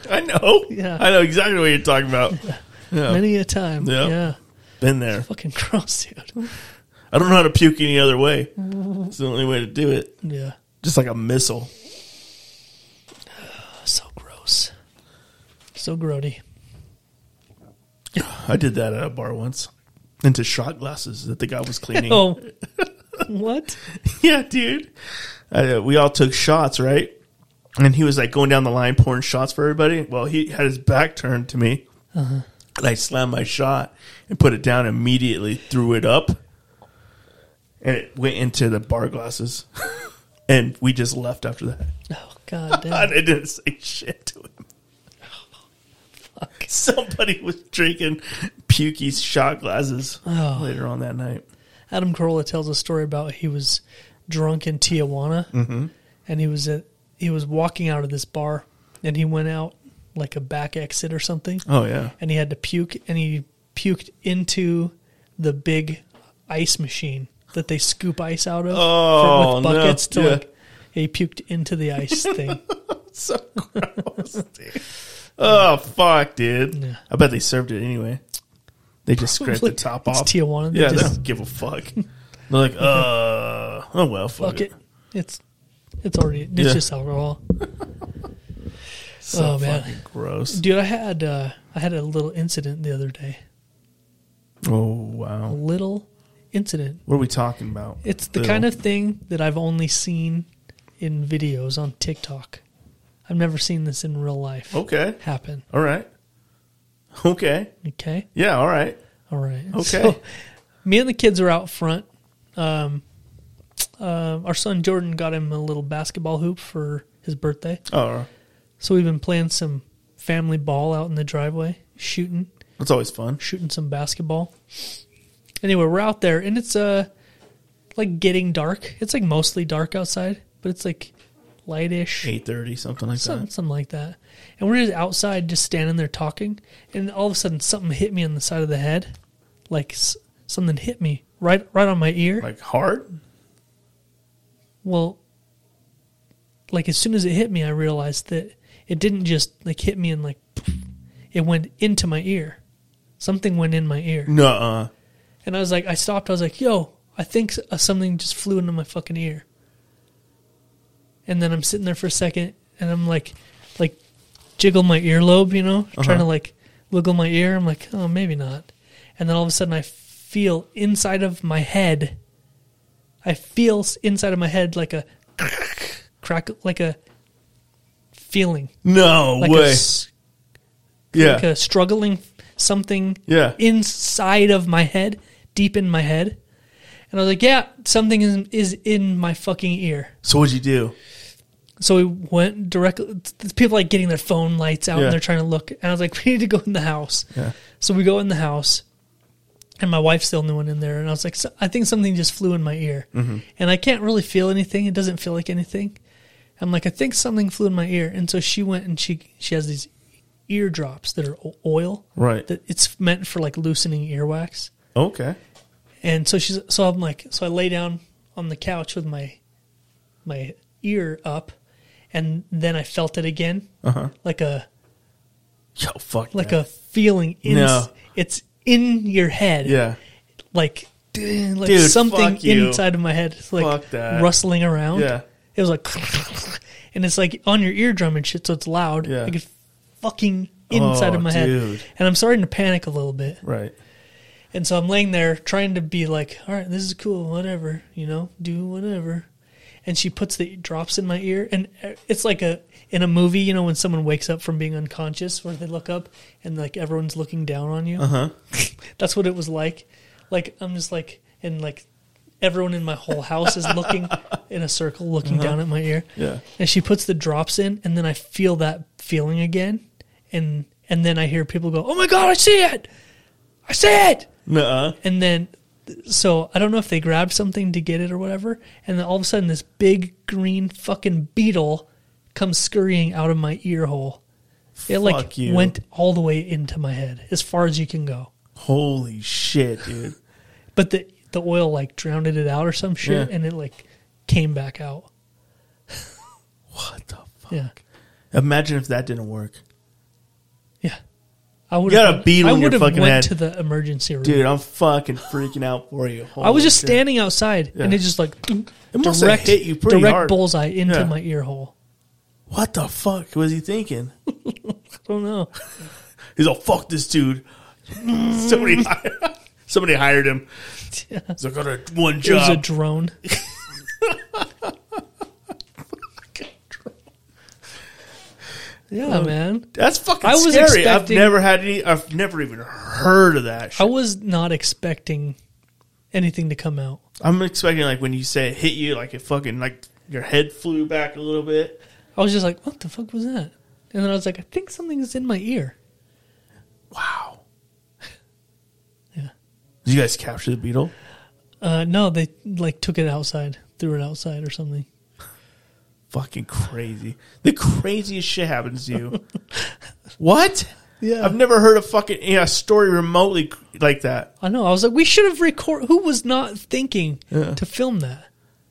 S3: I know.
S2: Yeah.
S3: I know exactly what you're talking about.
S2: Many a time,
S3: Yeah.
S2: yeah,
S3: Been there.
S2: fucking gross, dude.
S3: I don't know how to puke any other way. It's the only way to do it.
S2: Yeah,
S3: Just like a missile.
S2: so gross, so grody.
S3: I did that at a bar once. Into shot glasses that the guy was cleaning.
S2: Oh, what?
S3: yeah, dude. Uh, we all took shots, right? And he was like going down the line, pouring shots for everybody. Well, he had his back turned to me, and I slammed my shot and put it down immediately. Threw it up, and it went into the bar glasses. and we just left after that.
S2: Oh god,
S3: I
S2: damn.
S3: didn't say shit to him. Somebody was drinking Pukey's shot glasses
S2: Oh.
S3: later on that night.
S2: Adam Carolla tells a story about he was drunk in Tijuana,
S3: Mm-hmm.
S2: and he was at he was walking out of this bar, and he went out like a back exit or something.
S3: Oh yeah,
S2: and he had to puke and he puked into the big ice machine that they scoop ice out of
S3: Oh,
S2: with
S3: no.
S2: buckets to
S3: Yeah.
S2: like he puked into the ice thing.
S3: so gross, dude. Oh fuck, dude.
S2: Yeah.
S3: I bet they served it anyway. They just scraped the
S2: Probably.
S3: top
S2: It's
S3: off.
S2: Tijuana. They
S3: Yeah, they
S2: just-
S3: don't give a fuck. They're like, uh, oh well, fuck,
S2: Fuck
S3: it.
S2: it. It's it's already it's
S3: Yeah.
S2: just alcohol.
S3: So
S2: oh man.
S3: fucking gross.
S2: Dude, I had uh I had a little incident the other day.
S3: Oh
S2: A
S3: wow,
S2: little incident.
S3: what are we talking about?
S2: It's the
S3: Little-
S2: kind of thing that I've only seen in videos on TikTok. I've never seen this in real life
S3: okay,
S2: happen.
S3: all right, okay,
S2: Okay?
S3: yeah, all right.
S2: All right.
S3: Okay.
S2: So, me and the kids are out front. Um, um, our son Jordan got him a little basketball hoop for his birthday.
S3: Oh,
S2: So we've been playing some family ball out in the driveway, shooting,
S3: that's always fun.
S2: shooting some basketball. Anyway, we're out there and it's uh like getting dark. It's like mostly dark outside, but it's like lightish,
S3: eight thirty, something like
S2: something,
S3: that.
S2: something like that. And we're just outside, just standing there talking, and all of a sudden something hit me on the side of the head, like s- something hit me right right on my ear.
S3: Like hard.
S2: Well, like as soon as it hit me, I realized that it didn't just like hit me and like it went into my ear. Something went in my ear,
S3: No, uh,
S2: and I was like, I stopped. I was like, Yo, I think s- uh, something just flew into my fucking ear. And then I'm sitting there for a second, and I'm like, like, jiggle my earlobe, you know,
S3: Uh-huh.
S2: trying to like wiggle my ear. I'm like, oh, maybe not. And then all of a sudden, I feel inside of my head. I feel s- inside of my head like a crack, like a feeling,
S3: no
S2: like a
S3: way.
S2: s-
S3: yeah,
S2: like a struggling something
S3: Yeah.
S2: inside of my head, deep in my head. And I was like, yeah, something is, is in my fucking ear.
S3: So what'd you do?
S2: So we went directly. There's people like getting their phone lights out
S3: Yeah.
S2: and they're trying to look. And I was like, we need to go in the house.
S3: Yeah.
S2: So we go in the house, and my wife's the only one in there. And I was like, so, I think something just flew in my ear,
S3: Mm-hmm.
S2: and I can't really feel anything. It doesn't feel like anything. I'm like, I think something flew in my ear. And so she went and she she has these eardrops that are o- oil.
S3: Right.
S2: That it's meant for like loosening earwax.
S3: Okay.
S2: And so she's so I'm like so I lay down on the couch with my my ear up and then I felt it again.
S3: Uh-huh.
S2: Like a
S3: Yo, fuck.
S2: like
S3: that.
S2: a feeling in
S3: No.
S2: it's in your head.
S3: yeah.
S2: Like dude, like
S3: Dude,
S2: something
S3: fuck you.
S2: inside of my head it's like
S3: Fuck that.
S2: rustling around.
S3: Yeah.
S2: It was like and it's like on your eardrum and shit so it's loud.
S3: Yeah.
S2: Like it's fucking inside
S3: Oh,
S2: of my head.
S3: dude.
S2: And I'm starting to panic a little bit.
S3: Right.
S2: And so I'm laying there trying to be like, all right, this is cool, whatever, you know, do whatever. And she puts the drops in my ear, and uh, it's like a in a movie, you know, when someone wakes up from being unconscious, where they look up and like everyone's looking down on you. Uh huh. That's what it was like. Like I'm just like, and like everyone in my whole house is looking in a circle, looking down at my ear.
S3: Yeah.
S2: And she puts the drops in, and then I feel that feeling again, and and then I hear people go, "Oh my god, I see it! I see it!"
S3: Nuh-uh.
S2: and then so I don't know if they grabbed something to get it or whatever, and then all of a sudden this big green fucking beetle comes scurrying out of my ear hole. It like
S3: Fuck you.
S2: went all the way into my head, as far as you can go.
S3: Holy shit, dude.
S2: But the the oil like drowned it out or some shit,
S3: Yeah.
S2: and it like came back out.
S3: what the fuck?
S2: Yeah,
S3: Imagine if that didn't work.
S2: yeah. I would
S3: You got a beetle
S2: I
S3: in your
S2: would've
S3: fucking
S2: went
S3: head.
S2: to the emergency room.
S3: Dude, I'm fucking freaking out for you.
S2: I was
S3: Holy
S2: just
S3: shit.
S2: standing outside, and
S3: Yeah.
S2: it just like
S3: It must have hit you pretty
S2: direct
S3: hard.
S2: bullseye into
S3: Yeah.
S2: my ear hole.
S3: What the fuck was he thinking?
S2: I don't know.
S3: He's all fuck this dude. somebody, hi- somebody hired him. He's like, I got a one
S2: It was a
S3: job.
S2: drone. yeah, man.
S3: That's fucking
S2: I was
S3: scary. I've
S2: expecting-
S3: never had any. I've never even heard of that.
S2: I
S3: Shit.
S2: was not expecting anything to come out.
S3: I'm expecting like when you say it hit you, like it fucking like your head flew back a little bit.
S2: I was just like, what the fuck was that? And then I was like, I think something's in my ear.
S3: Wow.
S2: Yeah.
S3: Did you guys capture the beetle?
S2: Uh, no, they like took it outside, threw it outside or something.
S3: Fucking crazy. The craziest shit happens to you. what?
S2: Yeah.
S3: I've never heard a fucking yeah, a story remotely cr- like that.
S2: I know. I was like, we should have record. Who was not thinking to film that?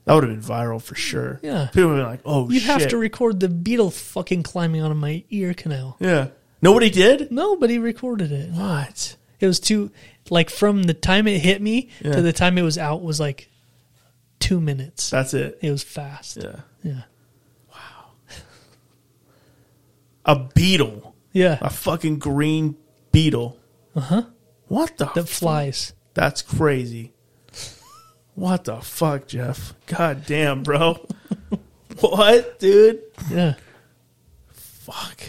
S3: That would have been viral for sure.
S2: Yeah.
S3: People would have been like, oh
S2: You
S3: shit.
S2: have to record the beetle fucking climbing out of my ear canal.
S3: yeah. Nobody did?
S2: Nobody recorded it.
S3: What?
S2: It was too like from the time it hit me
S3: Yeah.
S2: to the time it was out was like two minutes.
S3: That's it.
S2: it was fast.
S3: Yeah.
S2: Yeah.
S3: A beetle.
S2: Yeah.
S3: A fucking green beetle. Uh huh.
S2: Uh-huh.
S3: What the
S2: that flies.
S3: That's crazy. What the fuck, Jeff? God damn, bro. what, dude?
S2: Yeah.
S3: Fuck.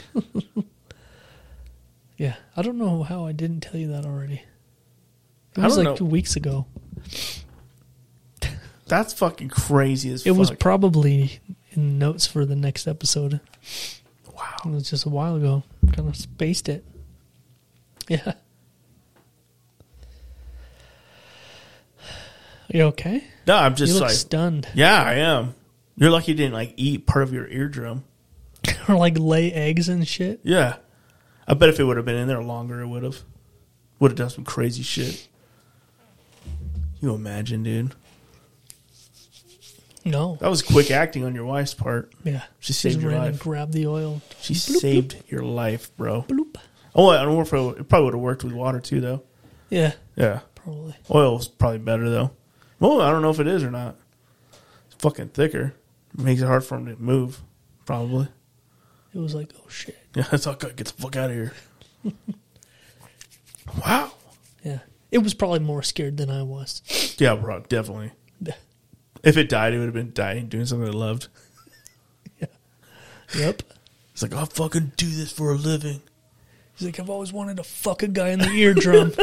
S2: Yeah. I don't know how I didn't tell you that already. It
S3: I
S2: was
S3: don't
S2: like
S3: know.
S2: two weeks ago.
S3: That's fucking crazy as
S2: It
S3: fuck.
S2: was probably in notes for the next episode. It
S3: wow.
S2: was just a while ago. Kind of spaced it. Yeah. You okay?
S3: No, I'm
S2: You
S3: just
S2: look
S3: like
S2: stunned.
S3: Yeah, I am. You're lucky you didn't like eat part of your eardrum.
S2: or like lay eggs and shit.
S3: Yeah. I bet if it would have been in there longer, it would have. Would have done some crazy shit. You imagine, dude.
S2: No.
S3: That was quick acting on your wife's part.
S2: Yeah.
S3: Oh, She saved your
S2: ran and
S3: life.
S2: grabbed the oil.
S3: She saved your life, bro.
S2: Bloop.
S3: Oh, I don't know if it, it probably would have worked with water too, though.
S2: Yeah,
S3: Yeah.
S2: probably.
S3: Oil's probably better, though. Well, I don't know if it is or not. It's fucking thicker. Makes it hard for him to move, probably.
S2: It was like, oh shit.
S3: Yeah, it's all good. Get the fuck out of here. wow.
S2: Yeah. It was probably more scared than I was.
S3: Yeah, bro, definitely.
S2: Yeah.
S3: If it died, it would have been dying doing something it loved.
S2: Yep.
S3: It's like, I'll fucking do this for a living.
S2: He's like, I've always wanted to fuck a guy in the eardrum.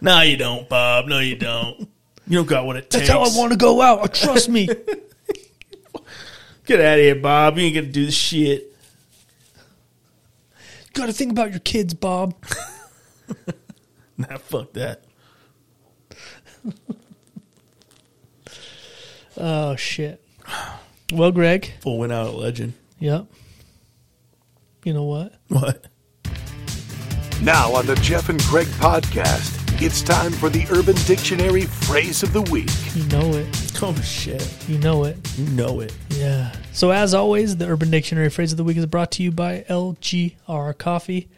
S3: No, you don't, Bob. No, you don't. you don't got what it takes.
S2: That's how I want to go out. Trust me.
S3: Get out of here, Bob. You ain't gonna do this shit.
S2: Got to think about your kids, Bob.
S3: Nah, fuck that.
S2: Oh shit. Well, Greg.
S3: Full went out a legend.
S2: Yep. You know what?
S3: What?
S5: Now, on the Jeff and Craig podcast, it's time for the Urban Dictionary phrase of the week.
S2: You know it.
S3: Oh shit.
S2: You know it.
S3: You know it.
S2: Yeah. So as always, the Urban Dictionary phrase of the week is brought to you by LGR Coffee.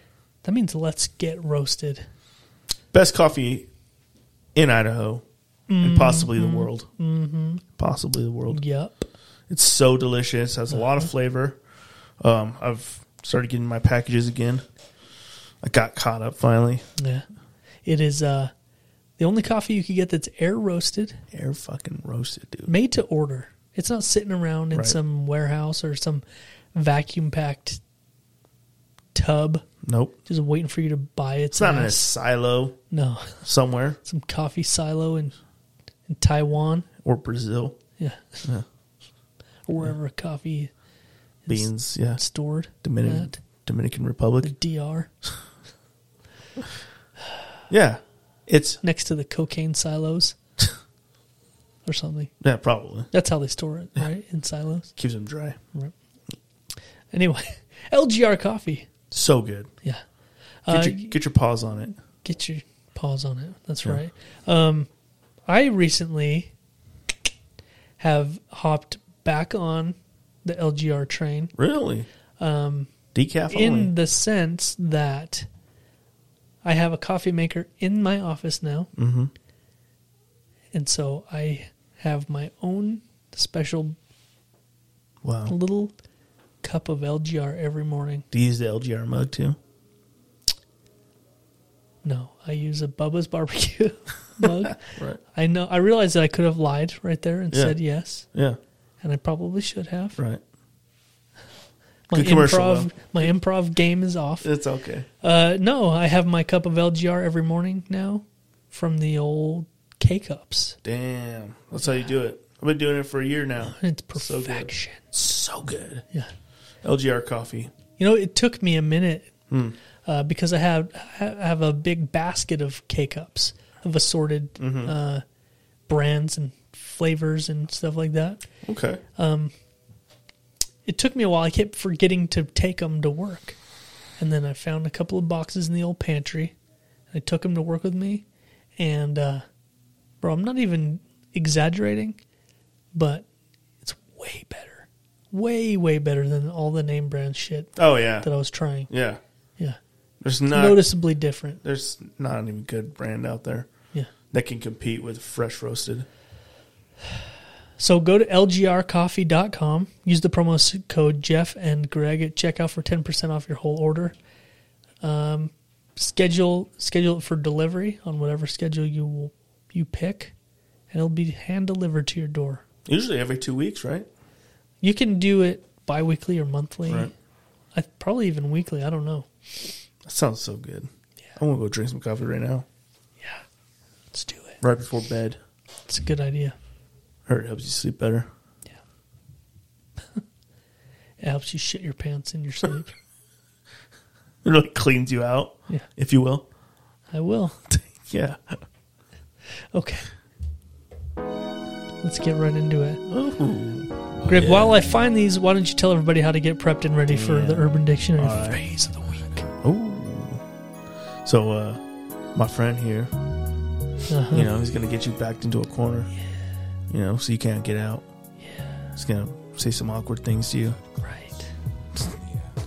S2: That means let's get roasted.
S3: Best coffee in Idaho. And possibly the world. Mm-hmm. Possibly the world.
S2: Yep.
S3: It's so delicious. Has a lot of flavor. Um, I've started getting my packages again. I got caught up finally.
S2: Yeah. It is uh the only coffee you can get that's air roasted,
S3: Air fucking roasted, dude.
S2: made to order. It's not sitting around in
S3: Right.
S2: some warehouse or some vacuum packed tub
S3: Nope.
S2: just waiting for you to buy its
S3: It's not in a
S2: ass.
S3: silo
S2: No.
S3: somewhere
S2: Some coffee silo in in Taiwan.
S3: or Brazil.
S2: Yeah. or wherever coffee
S3: Beans, yeah.
S2: is stored.
S3: Dominican
S2: At.
S3: Dominican
S2: The
S3: Republic.
S2: DR
S3: Yeah. It's
S2: next to the cocaine silos or something.
S3: yeah, probably.
S2: That's how they store it, right? In silos.
S3: Keeps them dry.
S2: Right. Anyway, LGR coffee.
S3: So good.
S2: Yeah.
S3: Get
S2: Uh,
S3: your get your paws on it.
S2: Get your paws on it. That's right. Um, I recently have hopped back on the LGR train
S3: Really? Um decaf
S2: in
S3: only.
S2: the sense that I have a coffee maker in my office now. Mm-hmm. And so I have my own special
S3: Wow.
S2: little cup of LGR every morning.
S3: Do you use the LGR mug too?
S2: No, I use a Bubba's barbecue mug.
S3: Right.
S2: I know I realized that I could have lied right there and
S3: Yeah.
S2: said yes,
S3: Yeah.
S2: and I probably should have.
S3: Right.
S2: My
S3: Good commercial,
S2: improv
S3: though.
S2: my improv game is off.
S3: It's okay.
S2: Uh, no, I have my cup of LGR every morning now from the old K cups.
S3: Damn. That's how you do it. I've been doing it for a year now.
S2: It's
S3: So good.
S2: perfection.
S3: So good.
S2: yeah.
S3: LGR coffee.
S2: You know, it took me a minute uh, because I have I have a big basket of K cups of assorted uh, brands and flavors and stuff like that.
S3: Okay.
S2: It took me a while. I kept forgetting to take them to work, and then I found a couple of boxes in the old pantry. I took them to work with me, and uh, bro, I'm not even exaggerating, but it's way better, way way better than all the name brand shit
S3: oh yeah.
S2: that I was trying.
S3: Yeah.
S2: Yeah.
S3: There's not
S2: noticeably different.
S3: there's not even good brand out there
S2: Yeah.
S3: that can compete with fresh roasted.
S2: So go to lgrcoffee.com, use the promo s- code Jeff and Greg at checkout for 10% off your whole order. Um, schedule schedule it for delivery on whatever schedule you will, you pick, and it'll be hand delivered to your door.
S3: Usually every two weeks, right?
S2: You can do it bi-weekly or monthly.
S3: Right.
S2: I, probably even weekly, I don't know.
S3: That sounds so good. I want to go drink some coffee right now,
S2: Let's do it.
S3: right before bed.
S2: It's a good idea.
S3: Heard it helps you sleep better.
S2: It helps you shit your pants in your sleep.
S3: It really cleans you out,
S2: Yeah.
S3: if you will.
S2: I will.
S3: yeah.
S2: Okay. Let's get right into it.
S3: Ooh.
S2: Greg, while I find these, why don't you tell everybody how to get prepped and ready for the Urban Dictionary
S3: All right.
S2: phrase of the week?
S3: Ooh. So, uh, my friend here,
S2: Uh-huh.
S3: you know, he's going to get you backed into a corner, you know, so you can't get out. Yeah. He's going to say some awkward things to you.
S2: Right.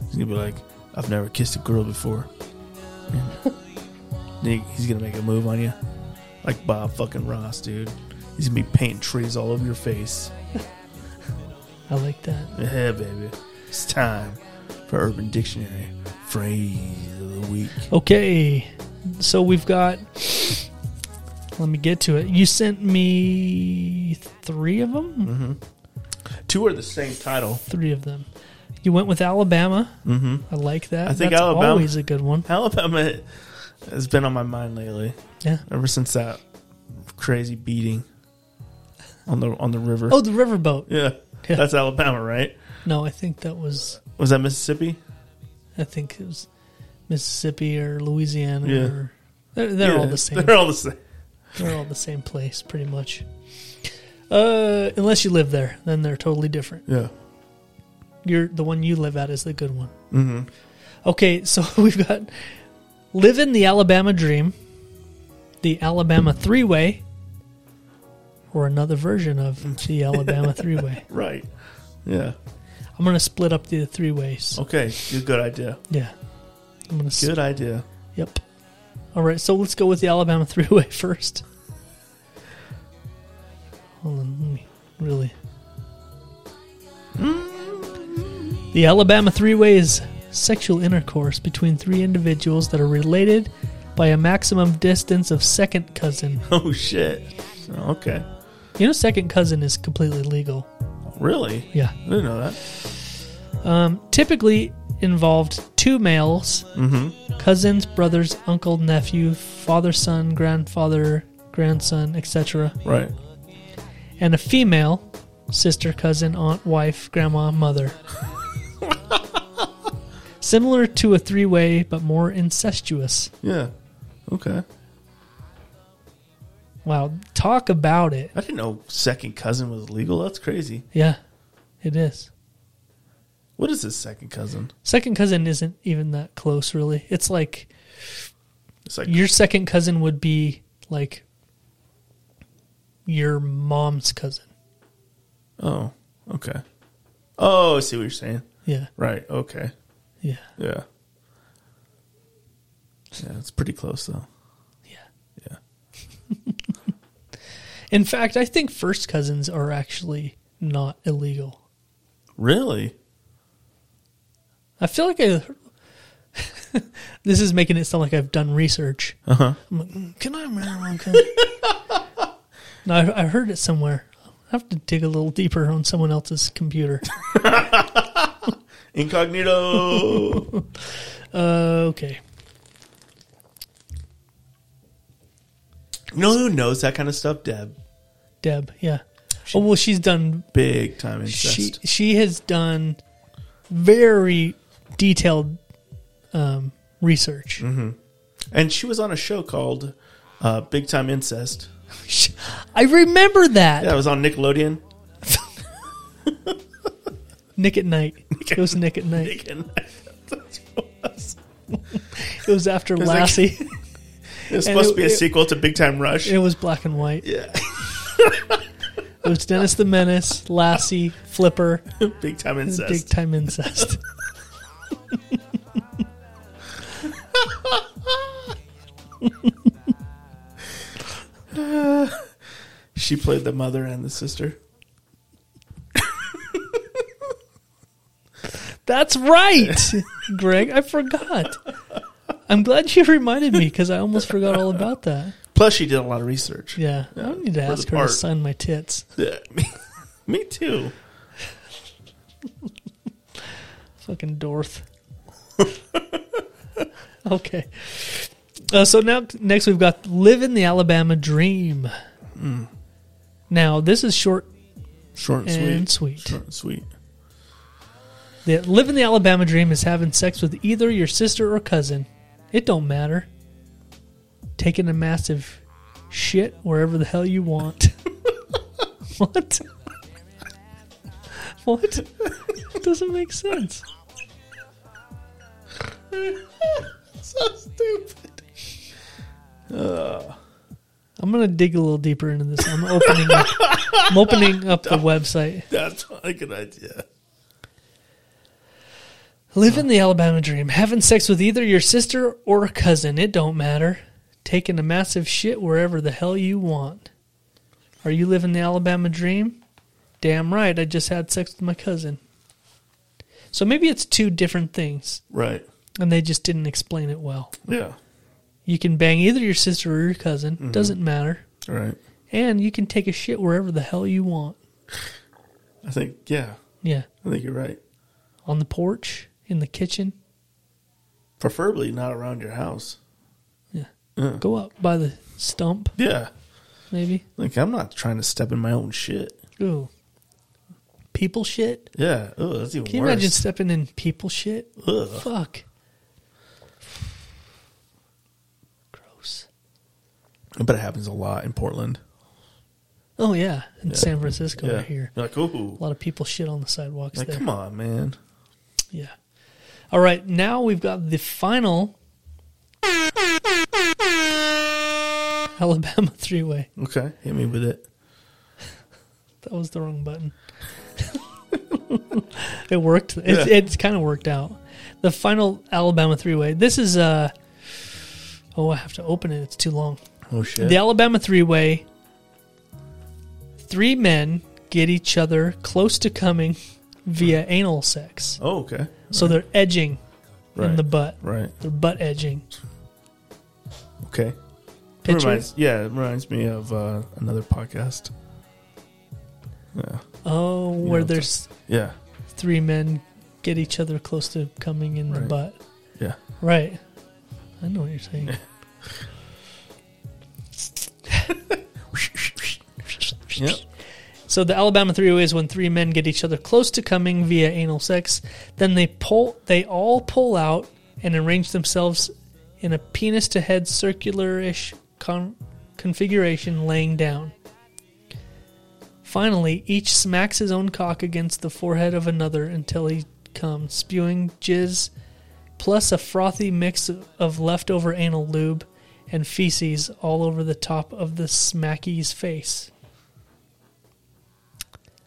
S3: He's gonna be like, "I've never kissed a girl before." Nick, he's gonna make a move on you, like Bob fucking Ross, dude. He's gonna be painting trees all over your face.
S2: I like that.
S3: Yeah, baby, it's time for Urban Dictionary phrase of the week.
S2: Okay. So we've got. Let me get to it. You sent me three of them?
S3: Two are the same title.
S2: Three of them. You went with Alabama. Mm-hmm. I like that.
S3: I think
S2: That's
S3: Alabama-
S2: always a good one.
S3: Alabama has been on my mind lately,
S2: Yeah.
S3: ever since that crazy beating on the on the river.
S2: Oh, the riverboat.
S3: yeah,
S2: Yeah.
S3: that's Alabama, right?
S2: No, I think that was.
S3: Was that Mississippi?
S2: I think it was Mississippi or Louisiana.
S3: Yeah.
S2: Or, they're they're all
S3: Yeah,
S2: the same.
S3: They're all the same.
S2: They're all the same place, pretty much. Uh, unless you live there, then they're totally different.
S3: Yeah.
S2: You're the one you live at is the good one. Mm-hmm. Okay, so we've got live in the Alabama dream, the Alabama three way, or another version of the Alabama three way.
S3: Right. Yeah.
S2: I'm gonna split up the three ways.
S3: Okay. Good, good idea.
S2: Yeah, I'm gonna. s-
S3: Oh. Good idea.
S2: Yep. All right, so let's go with the Alabama three way first. Hold on, let me really. The Alabama three way is sexual intercourse between three individuals that are related by a maximum distance of second cousin.
S3: Oh shit. Okay.
S2: You know, second cousin is completely legal.
S3: Really?
S2: Yeah.
S3: I didn't know that.
S2: Typically involved two males cousins, brothers, uncle, nephew, father, son, grandfather, grandson, etc.
S3: Right.
S2: and a female sister, cousin, aunt, wife, grandma, mother. Similar to a three way, but more incestuous.
S3: Yeah. Okay.
S2: Wow, talk about it.
S3: I didn't know second cousin was legal. That's crazy.
S2: Yeah, it is.
S3: What is this second cousin?
S2: Second cousin isn't even that close, really. It's like
S3: It's like
S2: your second cousin would be like your mom's cousin.
S3: oh, okay. Oh, I see what you're saying.
S2: Yeah,
S3: Right. Okay.
S2: yeah.
S3: Yeah. Yeah, it's pretty close though. Yeah.
S2: In fact, I think first cousins are actually not illegal.
S3: Really?
S2: I feel like I. this is making it sound like I've done research. Uh huh. I'm like, "Mm, can I remember? one cousin?" no, I, I heard it somewhere. I have to dig a little deeper on someone else's computer.
S3: Incognito.
S2: Uh, okay.
S3: you know who knows that kind of stuff? Deb.
S2: Deb, yeah. oh well, she's done.
S3: Big time incest.
S2: She she has done very detailed um, research.
S3: And she was on a show called uh, Big Time Incest.
S2: I remember that.
S3: Yeah, it was on Nickelodeon.
S2: Nick at night. It was Nick at night.
S3: Again,
S2: It was after
S3: like-
S2: Lassie.
S3: it was
S2: And
S3: supposed
S2: it-
S3: to be a
S2: it-
S3: sequel to Big Time Rush.
S2: It was black and white. Yeah. it was Dennis the Menace, Lassie, Flipper,
S3: Big Time
S2: and
S3: Incest.
S2: Big Time Incest.
S3: she played the mother and the sister.
S2: That's right, Greg. I forgot. I'm glad you reminded me because I almost forgot all about that.
S3: Plus, she did a lot of research.
S2: Yeah, I need to
S3: for
S2: ask
S3: the
S2: her
S3: part.
S2: to sign my tits.
S3: Yeah, me, me too.
S2: Fucking Dorth. okay. Uh, so now, next we've got "Live in the Alabama Dream." Now this is short
S3: Short and,
S2: and
S3: Mm. sweet.
S2: sweet.
S3: Short and sweet.
S2: The, living the Alabama dream is having sex with either your sister or cousin. It don't matter. Taking a massive shit wherever the hell you want. What? what? It doesn't make sense.
S3: so stupid.
S2: I'm gonna dig a little deeper into this. I'm opening. Up, I'm opening up the website.
S3: That's not a good idea.
S2: Living the Alabama dream, having sex with either your sister or cousin, it don't matter. Taking a massive shit wherever the hell you want. Are you living the Alabama dream? Damn right, I just had sex with my cousin. So maybe it's two different things,
S3: Right.
S2: and they just didn't explain it well.
S3: Yeah.
S2: You can bang either your sister or your cousin, doesn't matter.
S3: Right.
S2: And you can take a shit wherever the hell you want.
S3: I think, yeah,
S2: Yeah.
S3: I think you're right.
S2: On the porch, in the kitchen.
S3: Preferably not around your house.
S2: Yeah. Go up by the stump,
S3: Yeah.
S2: maybe.
S3: Like, I'm not trying to step in my own shit.
S2: Ooh. People shit?
S3: Yeah. Oh, that's even
S2: Can you
S3: worse.
S2: imagine stepping in people shit?
S3: Ugh.
S2: Fuck. Gross.
S3: but it happens a lot in Portland.
S2: Oh, yeah. In San Francisco, right here.
S3: You're like, ooh.
S2: A lot of people shit on the sidewalks
S3: Like,
S2: there.
S3: come on, man.
S2: Yeah. All right, now we've got the final Alabama three way.
S3: Okay. Hit me with it.
S2: That was the wrong button. it worked. It,
S3: Yeah.
S2: It's kind of worked out. The final Alabama three way. This is uh oh, I have to open it. It's too long.
S3: Oh, shit.
S2: The Alabama three way. Three men get each other close to coming via anal sex.
S3: Oh, okay.
S2: So they're edging in
S3: Right.
S2: the butt.
S3: Right.
S2: They're butt edging.
S3: Okay. It
S2: Picture.
S3: reminds, yeah, it reminds me of uh, another podcast. Yeah.
S2: Oh, where
S3: know,
S2: there's
S3: Yeah.
S2: three men get each other close to coming in the
S3: Right.
S2: butt.
S3: Yeah.
S2: Right. I know what you're saying.
S3: Yep.
S2: So the Alabama three way is when three men get each other close to coming via anal sex. Then they pull they all pull out and arrange themselves in a penis to head circular ish con- configuration laying down. Finally, each smacks his own cock against the forehead of another until he comes, spewing jizz plus a frothy mix of leftover anal lube and feces all over the top of the smacky's face.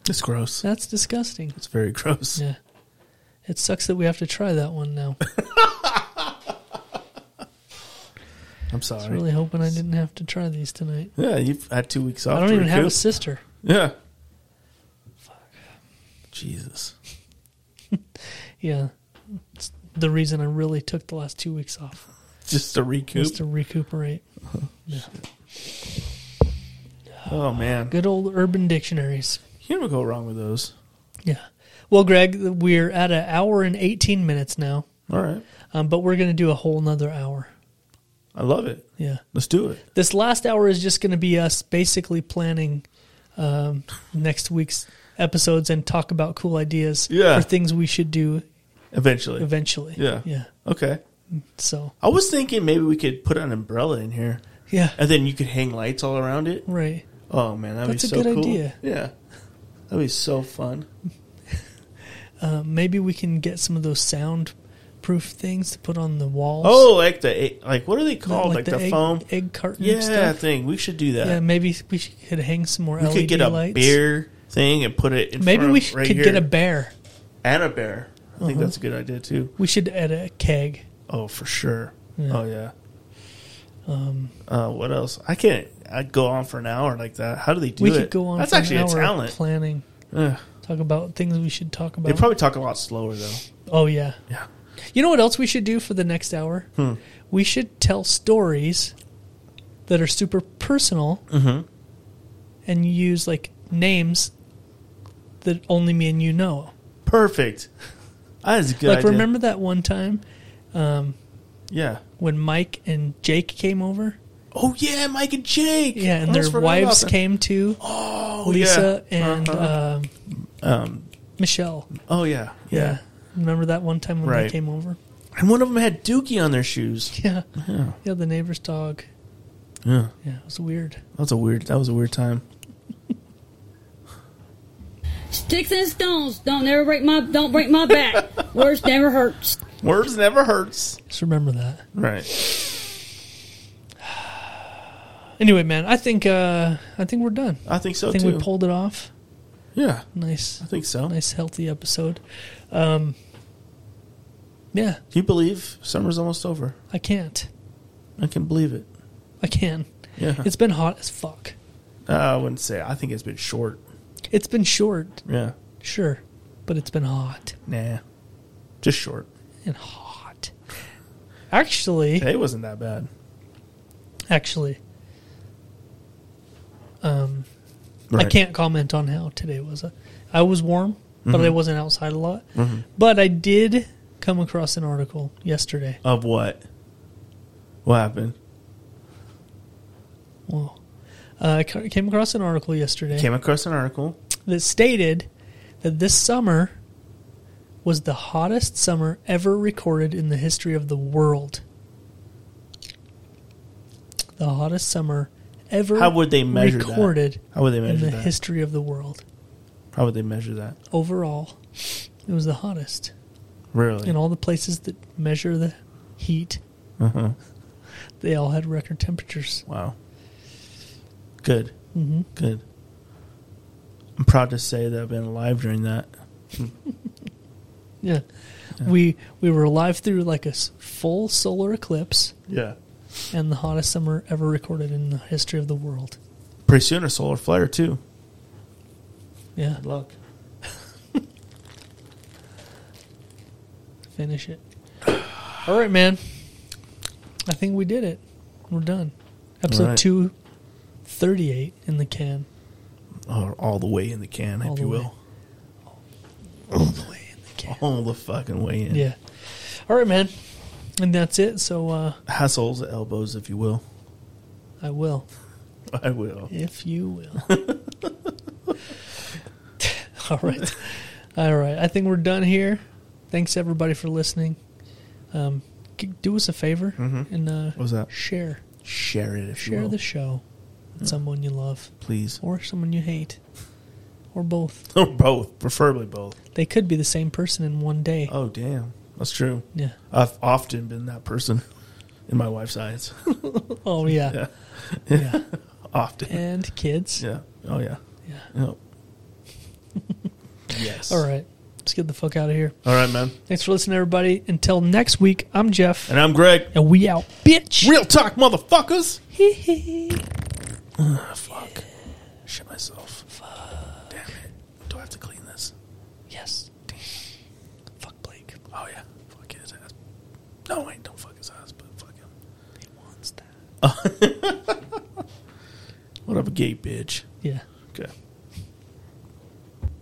S3: It's gross.
S2: That's disgusting.
S3: It's very gross.
S2: Yeah. It sucks that we have to try that one now. I
S3: I'm sorry.
S2: was really hoping I didn't have to try these tonight.
S3: yeah, you've had two weeks off.
S2: I don't
S3: to
S2: even have a
S3: recoup.
S2: sister.
S3: Yeah. Fuck. Jesus.
S2: Yeah. It's the reason I really took the last two weeks off
S3: Just to
S2: was
S3: recoup.
S2: to recuperate.
S3: oh man,
S2: Good old urban dictionaries.
S3: you don't go wrong with those.
S2: Yeah. Well, Greg, we're at an hour and 18 minutes now,
S3: All right,
S2: um, but we're going to do a whole nother hour.
S3: I love it.
S2: Yeah.
S3: Let's do it.
S2: This last hour is just going to be us basically planning um, next week's episodes and talk about cool ideas
S3: Yeah.
S2: for things we should do
S3: Eventually.
S2: eventually.
S3: Yeah.
S2: Yeah.
S3: Okay.
S2: So,
S3: I was thinking maybe we could put an umbrella in here,
S2: yeah.
S3: and then you could hang lights all around it.
S2: Right.
S3: Oh man, that'd
S2: That's
S3: be
S2: a
S3: so
S2: good
S3: cool.
S2: idea.
S3: Yeah, that'd be so fun.
S2: Uh, maybe we can get some of those soundproof things to put on the walls.
S3: Oh, like the egg- like what are they called? Like, the,
S2: egg,
S3: foam.
S2: egg carton
S3: yeah,
S2: stuff.
S3: thing. We should do that.
S2: Yeah, maybe we should, could hang some more
S3: we
S2: LED
S3: could get a
S2: E lights.
S3: beer thing and put it in.
S2: Maybe
S3: front
S2: we
S3: of-
S2: should,
S3: right
S2: could
S3: here.
S2: get a Uh-huh. bear.
S3: and a bear. I think that's a good idea too.
S2: We should add a keg.
S3: Oh, for sure. Oh yeah. Um. Uh. What else? I can't. I'd go on for an hour like that. How do they do
S2: we
S3: it?
S2: could go on.
S3: That's
S2: for an
S3: actually a
S2: hour of
S3: talent.
S2: Planning.
S3: Ugh.
S2: Talk about things we should talk
S3: They
S2: about.
S3: probably talk a lot slower though.
S2: oh yeah.
S3: Yeah.
S2: You know what else we should do for the next hour?
S3: Hmm.
S2: We should tell stories that are super personal
S3: Mm-hmm.
S2: and use like names that only me and you know.
S3: Perfect. That is a good.
S2: like,
S3: idea.
S2: remember that one time
S3: Yeah.
S2: when Mike and Jake came over?
S3: Oh yeah, Mike and Jake.
S2: Yeah, and
S3: I almost
S2: their
S3: forgot
S2: wives
S3: about that.
S2: came too.
S3: Oh
S2: Lisa
S3: yeah.
S2: and
S3: Uh-huh.
S2: um, Michelle.
S3: oh yeah. yeah,
S2: Remember that one time when they
S3: Right.
S2: came over?
S3: And one of them had Dookie on their shoes.
S2: Yeah. Yeah, the neighbor's dog.
S3: Yeah.
S2: Yeah, it was weird.
S3: That was a weird. That was a weird time.
S6: Sticks and stones don't never break my don't break my back. Words never hurts.
S3: Words never hurts.
S2: Just remember that.
S3: Right.
S2: Anyway, man, I think uh, I think we're done.
S3: I think so
S2: I think
S3: too.
S2: we pulled it off.
S3: yeah,
S2: Nice,
S3: I think so.
S2: nice, healthy episode. Um, yeah,
S3: Do you believe summer's almost over?
S2: I can't.
S3: I can believe it.
S2: I can.
S3: Yeah.
S2: It's been hot as fuck.
S3: Uh, I wouldn't say. I think it's been short.
S2: It's been short,
S3: Yeah.
S2: sure, but it's been hot
S3: Nah. Just short.
S2: and hot. Actually,
S3: Today wasn't that bad.
S2: actually, I can't comment on how today was. Uh, I was warm, but
S3: Mm-hmm.
S2: I wasn't outside a lot. But I did come across an article yesterday.
S3: Of what? What happened?
S2: Well, uh, I ca- came across an article yesterday
S3: Came across an article.
S2: that stated that this summer was the hottest summer ever recorded in the history of the world. The hottest summer ever.
S3: How would they measure that?
S2: recorded
S3: How would they
S2: in
S3: measure
S2: the
S3: that?
S2: history of the world?
S3: How would they measure that?
S2: Overall, it was the hottest.
S3: Really?
S2: in all the places that measure the heat,
S3: Uh-huh.
S2: they all had record temperatures.
S3: wow. Good. Mm-hmm. Good. I'm proud to say that I've been alive during that.
S2: Yeah. We we were alive through like a s- full solar eclipse
S3: Yeah.
S2: and the hottest summer ever recorded in the history of the world.
S3: Pretty soon a solar flare too.
S2: Yeah,
S3: luck.
S2: finish it. All right, man. I think we did it. We're done. Episode
S3: right.
S2: 238 in the can.
S3: Or all the way in the can,
S2: All
S3: if
S2: the
S3: you
S2: way.
S3: will.
S2: Way in the can.
S3: All the fucking way in.
S2: Yeah. All right, man. And that's it. So uh,
S3: Hassles, elbows, if you will.
S2: I will.
S3: I will.
S2: If you will. All right. All right. I think we're done here. Thanks, everybody, for listening. Um, g- do us a favor and uh,
S3: What was that?
S2: share.
S3: Share it if you
S2: Share
S3: will.
S2: the show with someone you love
S3: Please.
S2: or someone you hate or both.
S3: Or both. Preferably both.
S2: They could be the same person in one day.
S3: Oh, damn. That's true.
S2: Yeah.
S3: I've often been that person in my wife's eyes.
S2: Oh, yeah. Yeah.
S3: often.
S2: And kids.
S3: Yeah. Oh, yeah.
S2: Eh. Yeah.
S3: Yep. yes.
S2: All right. Let's get the fuck out of here.
S3: All right, man.
S2: Thanks for listening, everybody. Until next week, I'm Jeff.
S3: And I'm Greg.
S2: And we out, bitch.
S3: Real talk, motherfuckers. Ah, fuck. Shit myself. Damn it. Do I have to clean this?
S2: Yes. Fuck Blake.
S3: Oh yeah, fuck his ass. No, wait, don't fuck his ass, but fuck him.
S2: He wants that.
S3: What up, a gay bitch?
S2: Yeah.
S3: Okay.